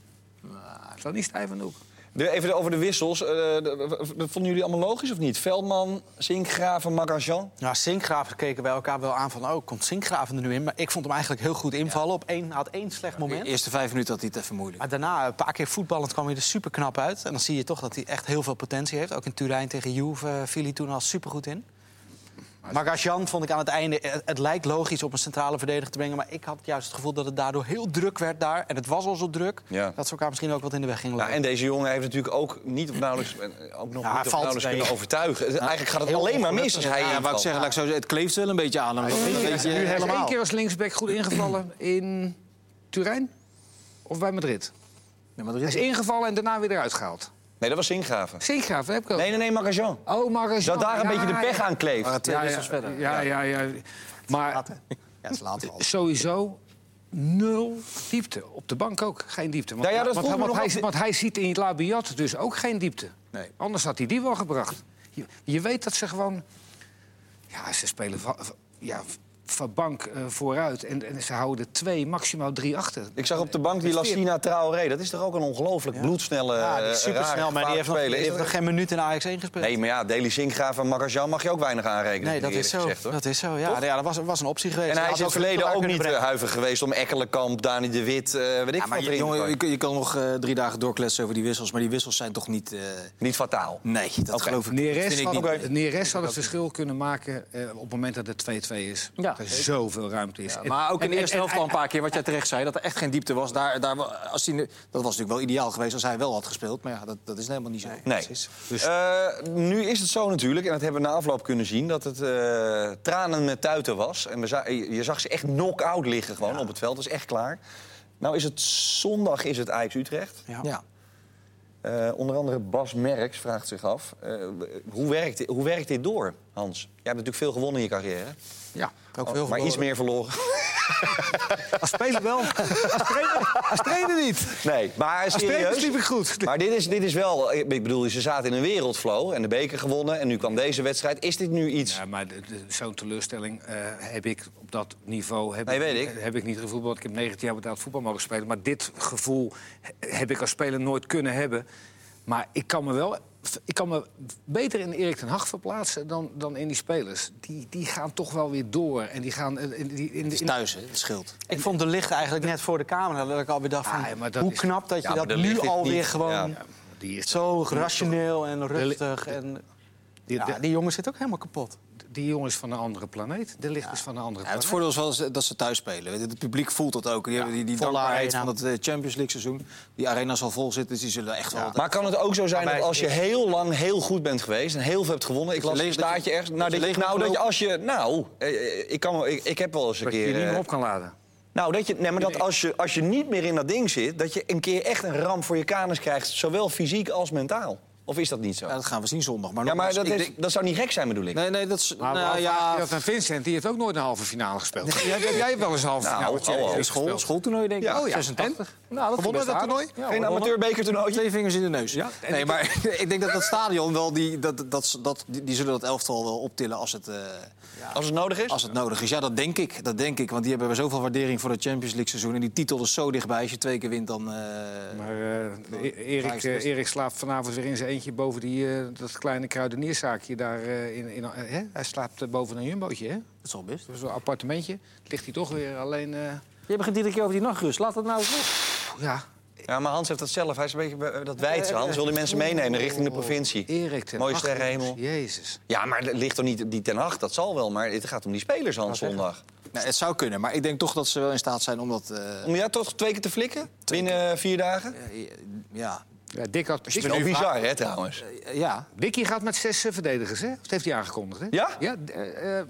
Speaker 3: Is dat niet stijf aan de hoek?
Speaker 2: De- even over de wissels. eh, de- de- dat vonden jullie allemaal logisch of niet? Veldman, Zinkgraven, Magarjan.
Speaker 4: Nou, Sinkgraven keken bij elkaar wel aan van... oh, komt Sinkgraven er nu in? Maar ik vond hem eigenlijk heel goed invallen. Op één, hij had één slecht
Speaker 1: De
Speaker 4: moment.
Speaker 1: eerste vijf minuten had hij het even moeilijk.
Speaker 4: Maar daarna, een paar keer voetballend, kwam hij er super knap uit. En dan zie je toch dat hij echt heel veel potentie heeft. Ook in Turijn tegen Juve eh, viel hij toen al supergoed in. Magasjan vond ik aan het einde... eh, Het lijkt logisch om een centrale verdediger te brengen... maar ik had juist het gevoel dat het daardoor heel druk werd daar. En het was al zo druk
Speaker 2: Ja.
Speaker 4: dat ze elkaar misschien ook wat in de weg gingen
Speaker 2: Nou,
Speaker 4: lopen.
Speaker 2: en deze jongen heeft natuurlijk ook niet of nauwelijks, eh, ook nog
Speaker 4: hij
Speaker 2: niet of
Speaker 4: valt
Speaker 2: nauwelijks
Speaker 4: tegen.
Speaker 2: kunnen overtuigen. Eh, Eigenlijk gaat het
Speaker 4: heel
Speaker 2: alleen maar mis
Speaker 4: ongelukkig.
Speaker 2: als hij
Speaker 1: ja, wou
Speaker 2: invalt.
Speaker 1: ik zeggen, laat ik zo zeggen, het kleeft wel een beetje aan hem. Dat weet je
Speaker 3: Hij is één
Speaker 1: helemaal.
Speaker 3: keer als linksback goed ingevallen in Turijn of bij Madrid.
Speaker 1: Ja, maar er
Speaker 3: Hij is
Speaker 1: is-
Speaker 3: ingevallen en daarna weer eruit gehaald.
Speaker 2: Nee, dat was Zinkgraven.
Speaker 3: Sinkgraaf, heb ik ook.
Speaker 2: Nee, nee, nee, Magarjan.
Speaker 3: Oh, Marcus.
Speaker 2: Dat daar een beetje de pech aan kleeft.
Speaker 4: eh,
Speaker 1: twee
Speaker 3: ja,
Speaker 1: wissels
Speaker 3: ja,
Speaker 1: verder.
Speaker 3: Ja, ja, ja. Maar
Speaker 1: Ja, het is later al.
Speaker 3: sowieso nul diepte. Op de bank ook geen diepte. Want,
Speaker 2: Nou ja, dat
Speaker 3: want,
Speaker 2: vroeg me
Speaker 3: want
Speaker 2: nog
Speaker 3: hij,
Speaker 2: af.
Speaker 3: want hij ziet in Labiat dus ook geen diepte.
Speaker 1: Nee.
Speaker 3: Anders had hij die wel gebracht. Je, je weet dat ze gewoon... Ja, ze spelen va- va- ja, van bank eh, vooruit. En, en ze houden er twee, maximaal drie achter.
Speaker 2: Ik zag op de bank die Lassina Traoré. Dat is toch ook een ongelooflijk bloedsnelle,
Speaker 4: Ja, die
Speaker 2: eh,
Speaker 4: is
Speaker 2: rare,
Speaker 4: supersnel, maar die heeft nog, die
Speaker 2: speler. Is
Speaker 4: heeft nog
Speaker 2: dat-
Speaker 4: geen minuut in Ajax 1 gespeeld.
Speaker 2: Nee, maar ja, Deli Zinkgraven en Magarjan mag je ook weinig aanrekenen.
Speaker 4: Nee, dat
Speaker 2: eerlijk
Speaker 4: is zo.
Speaker 2: gezegd, hoor.
Speaker 4: dat is zo. Ja, ja dat was, was een optie geweest.
Speaker 2: En hij is in
Speaker 4: had
Speaker 2: het
Speaker 4: ook veel
Speaker 2: verleden
Speaker 4: uit
Speaker 2: ook
Speaker 4: kunnen
Speaker 2: niet eh,
Speaker 4: brengen.
Speaker 2: huiverig geweest om Ekkelenkamp, Dani de Wit, eh, weet ik
Speaker 1: Ja, maar
Speaker 2: wat erin
Speaker 1: je-
Speaker 2: te
Speaker 1: jongen, je,
Speaker 2: gooien.
Speaker 1: kan- je kan nog eh, drie dagen doorkletsen over die wissels. Maar die wissels zijn toch niet... eh,
Speaker 2: Niet fataal.
Speaker 1: Nee, dat
Speaker 2: Oké.
Speaker 1: geloof ik, vind
Speaker 3: Neres
Speaker 1: ik
Speaker 3: had,
Speaker 1: niet.
Speaker 2: Oké.
Speaker 3: Neres had het verschil kunnen maken eh, op het moment dat het 2-2 is.
Speaker 1: Ja.
Speaker 3: Dat er zoveel ruimte is.
Speaker 1: Ja,
Speaker 3: En-
Speaker 1: maar ook in de
Speaker 3: en-
Speaker 1: eerste
Speaker 3: en-
Speaker 1: helft al een paar keer, wat jij terecht zei, dat er echt geen diepte was. Daar, daar, wa- als hij, nu- dat was natuurlijk wel ideaal geweest als hij wel had gespeeld. Maar ja, dat, dat is helemaal niet zo.
Speaker 2: Nee. Eh, nu is het zo natuurlijk, en dat hebben we na afloop kunnen zien... dat het eh, tranen met tuiten was. En we za- eh, je je zag ze echt knock-out liggen gewoon op het veld. Dat is echt klaar. Nou is het zondag is het Ajax-Utrecht.
Speaker 4: Ja.
Speaker 1: Ja.
Speaker 2: Eh, onder andere Bas Merks vraagt zich af... eh, hoe, werkt, dit- hoe werkt dit door, Hans? Jij hebt natuurlijk veel gewonnen in je carrière.
Speaker 3: Ja.
Speaker 4: Ook
Speaker 1: Oh,
Speaker 2: Oh, maar
Speaker 4: veel
Speaker 2: iets meer verloren.
Speaker 4: Als speler wel.
Speaker 3: Als trainer niet.
Speaker 2: Nee, maar
Speaker 3: Als trainer
Speaker 2: serieus...
Speaker 3: sliep ik goed.
Speaker 2: Maar dit is, dit is wel... Ik bedoel, ze zaten in een wereldflow en de beker gewonnen... en nu kwam deze wedstrijd. Is dit nu iets...
Speaker 3: Ja, maar de- de- zo'n teleurstelling eh, heb ik op dat niveau heb
Speaker 2: Nee, weet ik.
Speaker 3: Heb ik niet gevoetbald. Ik heb 19 jaar betaald voetbal mogen spelen. Maar dit gevoel he- heb ik als speler nooit kunnen hebben. Maar ik kan me wel... Ik kan me beter in Erik ten Hag verplaatsen dan, dan in die spelers. Die, die gaan toch wel weer door. En die gaan... eh, In, die- in,
Speaker 1: Het is
Speaker 3: in-
Speaker 1: thuis, hè? Het scheelt.
Speaker 4: Ik vond de licht eigenlijk net voor de camera dat ik alweer dacht van...
Speaker 3: Ah, ja, maar dat
Speaker 4: hoe
Speaker 3: is-
Speaker 4: knap dat je
Speaker 2: maar
Speaker 4: dat
Speaker 2: De Ligt
Speaker 4: nu
Speaker 2: is
Speaker 4: alweer
Speaker 2: niet-
Speaker 4: gewoon
Speaker 2: ja.
Speaker 3: die is-
Speaker 4: zo rationeel en rustig. En,
Speaker 3: die-
Speaker 4: ja,
Speaker 3: die-
Speaker 4: die jongen zit ook helemaal kapot.
Speaker 3: Die jongen is van een andere planeet. De licht is van een andere
Speaker 1: Ja, het
Speaker 3: planeet.
Speaker 1: voordeel is wel eens eh, dat ze thuis spelen. Het publiek voelt dat ook. Die, hebben die, die
Speaker 4: volle
Speaker 1: dankbaarheid van
Speaker 4: arena.
Speaker 1: dat eh, Champions League seizoen. Die arena zal vol zitten, dus die zullen echt wel...
Speaker 2: Maar kan het ook zo zijn
Speaker 4: Maar
Speaker 2: dat
Speaker 4: wij-
Speaker 2: als je heel lang heel goed bent geweest en heel veel hebt gewonnen, ik las
Speaker 1: leeg
Speaker 2: een
Speaker 1: dat je-
Speaker 2: staartje ergens, nou
Speaker 1: dat je
Speaker 2: dat, je,
Speaker 1: leeg
Speaker 2: nou, dat je
Speaker 1: loopt.
Speaker 2: als je, nou, eh, eh, ik, kan, wel- ik, ik heb wel eens een
Speaker 3: dat je die
Speaker 2: keer,
Speaker 3: niet
Speaker 2: eh,
Speaker 3: meer op kan laden.
Speaker 2: nou dat je, nee, maar dat
Speaker 3: Nee.
Speaker 2: als je, als je niet meer in dat ding zit, dat je een keer echt een ramp voor je kanus krijgt, zowel fysiek als mentaal. Of is dat niet zo?
Speaker 1: Ja, dat gaan we zien zondag. Maar,
Speaker 2: Ja, maar
Speaker 1: nogmaals,
Speaker 2: dat,
Speaker 1: ik
Speaker 2: is,
Speaker 1: denk-
Speaker 2: dat zou niet gek zijn bedoel ik.
Speaker 1: Nee, nee, dat is...
Speaker 3: Maar
Speaker 1: nou,
Speaker 3: ja,
Speaker 1: ja,
Speaker 3: dat Vincent, die heeft ook nooit een halve finale gespeeld. jij, jij hebt wel eens een halve
Speaker 2: Nou,
Speaker 3: finale
Speaker 2: hallo.
Speaker 3: gespeeld.
Speaker 1: school, schooltoernooi denk ik.
Speaker 2: Ja. Oh, ja.
Speaker 1: 86.
Speaker 3: Nou, dat
Speaker 1: Gewonnen
Speaker 3: ging best
Speaker 1: dat
Speaker 3: aardig.
Speaker 1: toernooi?
Speaker 3: Ja,
Speaker 2: Geen amateurbekertoernooitje?
Speaker 1: Twee vingers in de neus.
Speaker 3: Ja, en
Speaker 1: nee,
Speaker 3: ik-
Speaker 1: maar ik denk dat dat stadion wel die, dat, dat, dat, die, die zullen dat elftal wel optillen als het, eh,
Speaker 2: Als het nodig is?
Speaker 1: als het nodig is. Ja, dat denk ik. Dat denk ik. Want die hebben zoveel waardering voor het Champions League seizoen. En die titel is zo dichtbij. Als je twee keer wint, dan. eh,
Speaker 3: Maar eh, E- Erik,
Speaker 1: Ajax best.
Speaker 3: eh, Erik slaapt vanavond weer in zijn eentje boven die, eh, dat kleine kruidenierszaakje daar. eh, in, in, eh, hè? Hij slaapt eh, boven een jumbootje, hè?
Speaker 1: Dat is al best.
Speaker 3: Zo'n appartementje. Ligt hij toch weer alleen... eh,
Speaker 1: Je begint iedere keer over die nachtrust. Laat dat nou eens los.
Speaker 3: Ja,
Speaker 2: Ja, maar Hans heeft dat zelf. Hij is een beetje be- dat wijdse. Hans wil die mensen meenemen richting de provincie.
Speaker 3: Erik ten
Speaker 2: Mooie
Speaker 3: Hag,
Speaker 2: sterrenhemel.
Speaker 3: jongens. Jezus.
Speaker 2: Ja, maar dat ligt toch niet die Ten Hag? Dat zal wel, maar het gaat om die spelers aan zondag.
Speaker 1: Nou, het zou kunnen, maar ik denk toch dat ze wel in staat zijn om dat... eh,
Speaker 2: Om jou toch twee keer te flikken binnen eh, vier dagen?
Speaker 1: ja,
Speaker 3: Ja, Dick had,
Speaker 2: is wel bizar, hè, trouwens.
Speaker 1: eh, ja,
Speaker 3: Dickie gaat met zes eh, verdedigers, hè? Dat heeft hij aangekondigd, hè?
Speaker 2: Ja?
Speaker 3: ja eh, eh,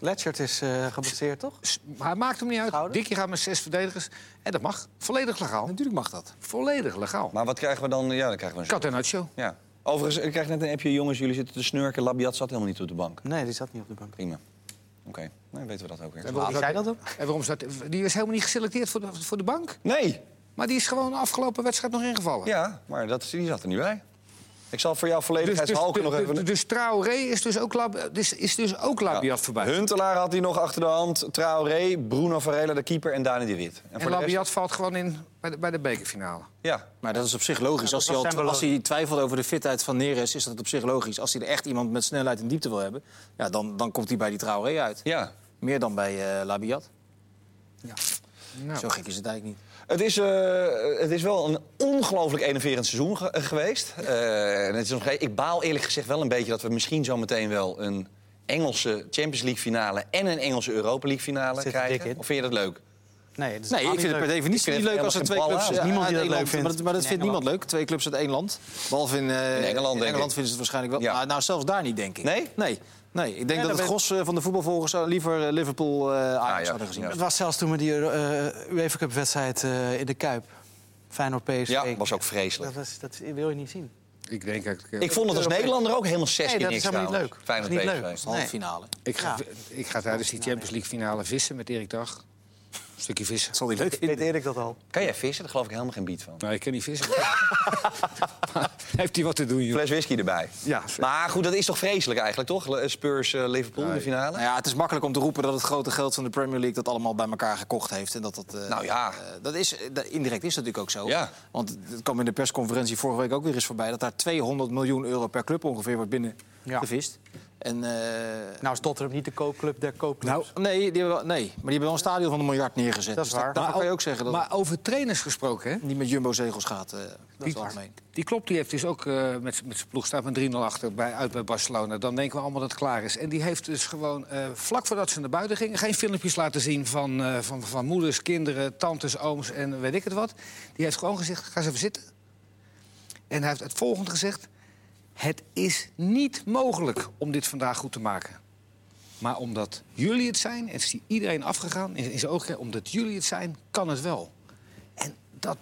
Speaker 4: Letchert is eh geblesseerd, toch?
Speaker 3: s- maar het maakt hem niet uit.
Speaker 4: Schouder?
Speaker 3: Dickie gaat met zes verdedigers. En dat mag. Volledig legaal.
Speaker 1: natuurlijk mag dat.
Speaker 3: Volledig legaal.
Speaker 2: Maar wat krijgen we dan? Ja, dan krijgen we een
Speaker 3: Catenaccio.
Speaker 2: Ja. Overigens, ik krijg net een appje. Jongens, jullie zitten te snurken. Labiat zat helemaal niet op de bank.
Speaker 4: Nee, die zat niet op de bank.
Speaker 2: Prima. Oké, dan weten we dat ook weer.
Speaker 3: waarom
Speaker 4: Wie zei dat dan?
Speaker 3: En waarom staat, die is helemaal niet geselecteerd voor de, voor de bank.
Speaker 2: Nee!
Speaker 3: Maar die is gewoon de afgelopen wedstrijd nog ingevallen.
Speaker 2: Ja, maar dat, die zat er niet bij. Ik zal voor jou
Speaker 3: Dus, dus,
Speaker 2: volledigheidshalken nog
Speaker 3: dus-
Speaker 2: even...
Speaker 3: dus Traoré is dus ook, lab, dus, is dus ook Labiat voorbij.
Speaker 2: Huntelaar had hij nog achter de hand. Traoré, Bruno Varela, de keeper en Dani de Wit.
Speaker 3: En,
Speaker 2: voor de rest-
Speaker 3: Labiat valt gewoon in bij de, bij de bekerfinale.
Speaker 2: Ja.
Speaker 1: Maar dat is op zich logisch. als, hij
Speaker 4: was
Speaker 1: al,
Speaker 4: zijn
Speaker 1: als hij twijfelt over de fitheid van Neres, is dat op zich logisch. Als hij er echt iemand met snelheid en diepte wil hebben, ja, dan, dan komt hij bij die Traoré uit.
Speaker 2: ja.
Speaker 1: Meer dan bij eh, Labiat.
Speaker 3: Nou.
Speaker 1: Zo gek is het eigenlijk niet.
Speaker 2: Het is, eh, het is wel een ongelooflijk enerverend seizoen ge- eh, geweest. Eh, en het is nog, ik baal eerlijk gezegd wel een beetje dat we misschien zometeen wel een Engelse Champions League finale en een Engelse Europa League finale
Speaker 4: Zit er dik
Speaker 2: krijgen.
Speaker 4: in.
Speaker 2: Of vind je dat leuk?
Speaker 4: Nee, dat is
Speaker 1: Nee,
Speaker 4: helemaal
Speaker 1: ik vind
Speaker 4: niet
Speaker 1: het per
Speaker 4: leuk.
Speaker 1: definitie
Speaker 2: Ik
Speaker 1: niet
Speaker 2: vind
Speaker 1: leuk
Speaker 2: het
Speaker 1: als er twee
Speaker 2: helemaal
Speaker 1: clubs...
Speaker 2: geen
Speaker 1: eh,
Speaker 4: bal aan. Niemand
Speaker 1: uit
Speaker 4: die dat
Speaker 1: één
Speaker 4: leuk
Speaker 1: land- Maar dat, maar dat
Speaker 4: vindt.
Speaker 1: vindt
Speaker 4: In
Speaker 1: niemand leuk. Twee clubs uit één land. Behalve in, eh,
Speaker 2: In Engeland, denk ik.
Speaker 1: Engeland vinden ze het waarschijnlijk wel.
Speaker 2: Ja.
Speaker 1: Maar nou, zelfs daar niet, denk ik.
Speaker 2: Nee?
Speaker 1: Nee. Nee, ik denk
Speaker 4: dan
Speaker 1: dat het
Speaker 4: ben-
Speaker 1: gros eh, van de voetbalvolgers zou liever eh, Liverpool eh Ajax
Speaker 2: Ajax,
Speaker 1: hadden gezien.
Speaker 2: ja.
Speaker 4: Het was zelfs toen we die eh, UEFA Cup wedstrijd eh, in de Kuip. Feyenoord PSV.
Speaker 2: Ja, was ook vreselijk.
Speaker 4: Dat, was, dat wil je niet zien.
Speaker 3: Ik denk dat ik, eh,
Speaker 2: Ik vond het als Nederlander ook helemaal zes
Speaker 4: Nee,
Speaker 2: keer
Speaker 4: dat is
Speaker 2: niks
Speaker 4: helemaal niet
Speaker 2: trouwens.
Speaker 4: leuk.
Speaker 2: Feyenoord
Speaker 4: Dat is niet
Speaker 2: PSV.
Speaker 4: leuk.
Speaker 1: Halve finale.
Speaker 3: ik, ga,
Speaker 4: Ja.
Speaker 3: ik ga tijdens die Champions League finale vissen met Erik Dag. Een stukje vissen.
Speaker 1: Dat zal hij leuk vinden.
Speaker 4: Erik dat al?
Speaker 2: Kan jij vissen? Daar geloof ik helemaal geen bied van.
Speaker 3: Nou, ik kan niet vissen. Maar Heeft hij wat te doen, joh?
Speaker 2: Fles whisky erbij.
Speaker 3: Ja,
Speaker 2: Maar goed, dat is toch vreselijk eigenlijk, toch? Le- Spurs, eh, Liverpool in de finale.
Speaker 1: Nou ja, het is makkelijk om te roepen dat het grote geld van de Premier League dat allemaal bij elkaar gekocht heeft. En dat, dat, eh,
Speaker 2: Nou ja.
Speaker 1: eh, dat is, eh, dat- indirect is dat natuurlijk ook zo.
Speaker 2: Ja.
Speaker 1: Want het kwam in de persconferentie vorige week ook weer eens voorbij dat daar 200 miljoen euro per club ongeveer wordt binnen
Speaker 4: Ja.
Speaker 1: gevist. En, eh,
Speaker 4: Nou is Tottenham niet de koopclub der koopclubs.
Speaker 3: Nou,
Speaker 1: nee, die hebben wel, nee, maar die hebben wel een stadion van een miljard neergezet.
Speaker 4: Dat is
Speaker 1: Dus
Speaker 4: waar.
Speaker 1: Daar
Speaker 4: Maar
Speaker 1: kan je ook zeggen dat
Speaker 3: Maar over trainers gesproken, hè?
Speaker 1: het niet met jumbo-zegels gaat. eh dat is
Speaker 3: waar.
Speaker 1: algemeen.
Speaker 3: Die klopt, die heeft dus ook eh, met, z'n- met zijn ploeg staat met 3-0 achter bij, uit bij Barcelona. Dan denken we allemaal dat het klaar is. En die heeft dus gewoon eh, vlak voordat ze naar buiten gingen... geen filmpjes laten zien van, eh, van, van moeders, kinderen, tantes, ooms en weet ik het wat. Die heeft gewoon gezegd, ga eens even zitten. En hij heeft het volgende gezegd. Het is niet mogelijk om dit vandaag goed te maken. Maar omdat jullie het zijn, en is iedereen afgegaan in, in zijn ogen... omdat jullie het zijn, kan het wel. En dat...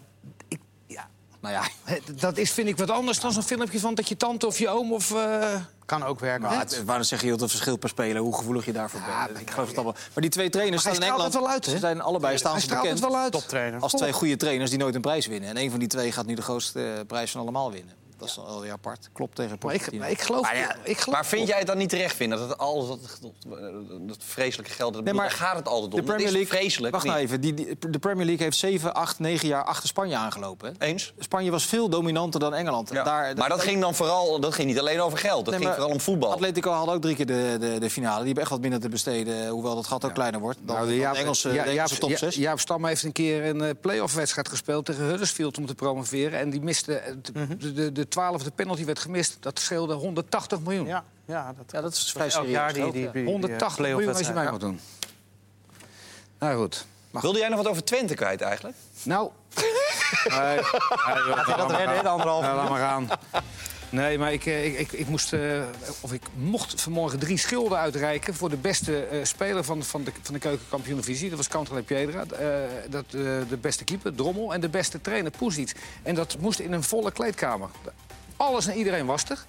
Speaker 3: Ik, ja,
Speaker 1: Nou ja,
Speaker 3: Hè, d- Dat is, vind ik, wat anders dan zo'n filmpje van dat je tante of je oom of... eh,
Speaker 4: kan ook werken.
Speaker 1: maar het, waarom zeg je dat het verschil per speler, hoe gevoelig je daarvoor bent? Ik geloof het allemaal. Maar die twee trainers
Speaker 3: Maar hij
Speaker 1: staan in
Speaker 3: straalt
Speaker 1: Engeland.
Speaker 3: het wel uit, hè?
Speaker 1: ze zijn allebei staan
Speaker 3: Hij
Speaker 1: ze
Speaker 3: straalt
Speaker 1: bekend.
Speaker 3: het wel uit.
Speaker 4: Toptrainer.
Speaker 1: Als twee goede trainers die nooit een prijs winnen. En één van die twee gaat nu de grootste eh, prijs van allemaal winnen. Dat is wel weer apart. Klopt tegen
Speaker 3: Maar ik,
Speaker 1: Pochettino.
Speaker 3: maar ik geloof...
Speaker 2: Maar, ja,
Speaker 3: ik geloof
Speaker 2: maar vind jij het dan niet terecht vinden dat het alles dat, dat, dat vreselijke geld dat daar gaat het altijd om.
Speaker 1: de Premier
Speaker 2: het is
Speaker 1: League,
Speaker 2: vreselijk.
Speaker 1: Wacht
Speaker 2: niet?
Speaker 1: nou even. Die, die- de Premier League heeft 7, 8, 9 jaar achter Spanje aangelopen. hè?
Speaker 2: Eens.
Speaker 1: Spanje was veel dominanter dan Engeland.
Speaker 2: Ja.
Speaker 1: Daar,
Speaker 2: maar dat ging dan vooral, dat ging niet alleen over geld.
Speaker 1: Nee,
Speaker 2: Dat ging
Speaker 1: maar
Speaker 2: vooral om voetbal.
Speaker 1: Atletico had ook drie keer de, de, de finale. Die hebben echt wat minder te besteden. Hoewel dat gat ook kleiner wordt. Dan,
Speaker 3: Nou, de
Speaker 1: dan
Speaker 3: Jaap-
Speaker 1: de Engelse,
Speaker 3: Ja-
Speaker 1: de Engelse
Speaker 3: Jaap-
Speaker 1: top
Speaker 3: Ja-
Speaker 1: 6.
Speaker 3: Jaap Stam heeft een keer een eh, playoff-wedstrijd gespeeld tegen Huddersfield om te promoveren. En die miste... eh, de- De, de, de twaalfde penalty werd gemist. Dat scheelde 180 miljoen.
Speaker 4: Ja, ja, dat,
Speaker 1: Ja, dat is dus vrij
Speaker 4: elk
Speaker 1: serieus.
Speaker 4: jaar die,
Speaker 1: geld,
Speaker 4: die,
Speaker 1: ja.
Speaker 4: die,
Speaker 3: 180 miljoen als je mij
Speaker 4: playoff-wedstrijd.
Speaker 3: moet doen. Nou goed.
Speaker 2: Wilde jij nog wat over Twente kwijt eigenlijk?
Speaker 3: Nou.
Speaker 4: dat redden, hè, de anderhalve
Speaker 3: Ja, laat maar gaan. Nee, maar ik, eh, ik, ik, ik moest, eh, of ik mocht vanmorgen drie schilden uitreiken... voor de beste eh, speler van, van de, van de keukenkampioenvisie. Dat was Kantele Piedra. eh, dat, eh, de beste keeper, Drommel. En de beste trainer, Poesiet. En dat moest in een volle kleedkamer. Alles en iedereen was er.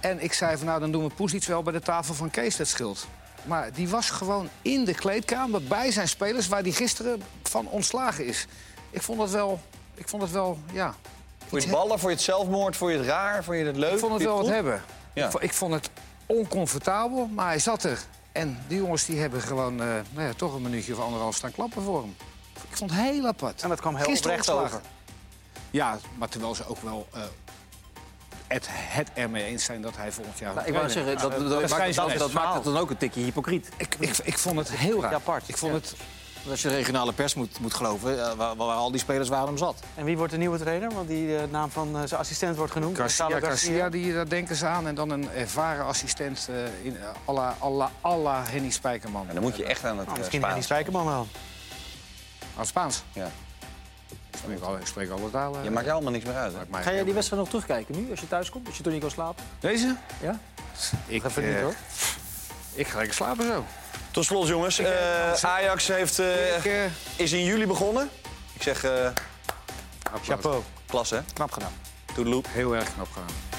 Speaker 3: En ik zei van nou, dan doen we Poesiet wel bij de tafel van Kees dat schild. Maar die was gewoon in de kleedkamer bij zijn spelers... waar die gisteren van ontslagen is. Ik vond dat wel, ik vond dat wel, ja...
Speaker 2: Voor je het ballen, voor je het zelfmoord, voor je het raar, voor je het leuk?
Speaker 3: Ik vond
Speaker 2: Vond
Speaker 3: het
Speaker 2: je
Speaker 3: wel wat
Speaker 2: goed?
Speaker 3: hebben.
Speaker 2: Ja.
Speaker 3: Ik, vo- ik vond het oncomfortabel, maar hij zat er. En die jongens die hebben gewoon eh, nou ja, toch een minuutje of anderhalf staan klappen voor hem. Ik vond het heel apart.
Speaker 4: En dat kwam heel
Speaker 3: Gisteren
Speaker 4: oprecht over.
Speaker 3: ontslagen. Ja, maar terwijl ze ook wel eh, het, het ermee eens zijn dat hij volgend jaar...
Speaker 1: Nou, ik wou
Speaker 3: trainer
Speaker 1: zeggen, dat, dat,
Speaker 4: dat is
Speaker 1: maakt-
Speaker 4: geen
Speaker 1: dat- dat
Speaker 4: verhaal.
Speaker 1: maakt het dan ook een tikje hypocriet.
Speaker 3: is. ik, ik, ik vond het heel raar.
Speaker 4: apart,
Speaker 3: Ik vond
Speaker 4: ja.
Speaker 3: het
Speaker 1: Want als je de regionale pers moet, moet geloven, eh, waar, waar al die spelers waren om zat.
Speaker 4: En wie wordt de nieuwe trainer? Want die eh, naam van eh, zijn assistent wordt genoemd.
Speaker 3: Garcia,
Speaker 4: Gonzalo
Speaker 3: Garcia, die, daar denken ze aan. En dan een ervaren assistent eh in, à la, à la- à la Henny Spijkerman.
Speaker 2: En dan moet je echt aan het
Speaker 4: Nou,
Speaker 2: eh,
Speaker 4: misschien Henny
Speaker 2: Spaans.
Speaker 4: Spijkerman wel.
Speaker 3: Aan Spaans.
Speaker 2: Ja.
Speaker 3: Ik spreek, al, ik spreek alle talen.
Speaker 2: Je maakt helemaal niks meer uit. Hè?
Speaker 3: Maakt mij
Speaker 1: Ga jij die
Speaker 3: helemaal-
Speaker 1: wedstrijd nog terugkijken nu, als je thuis komt? Als je toen niet kan slapen?
Speaker 3: Deze?
Speaker 1: Ja?
Speaker 3: Ik,
Speaker 1: Even niet,
Speaker 3: eh,
Speaker 1: hoor.
Speaker 3: ik ga lekker slapen zo.
Speaker 2: Tot slot, jongens. eh, Ajax heeft, eh,
Speaker 3: Ik, eh,
Speaker 2: is in juli begonnen. Ik zeg, eh
Speaker 3: applaus.
Speaker 4: Chapeau.
Speaker 2: klasse, hè?
Speaker 1: Knap gedaan.
Speaker 2: Toedeloe.
Speaker 3: Heel erg knap gedaan.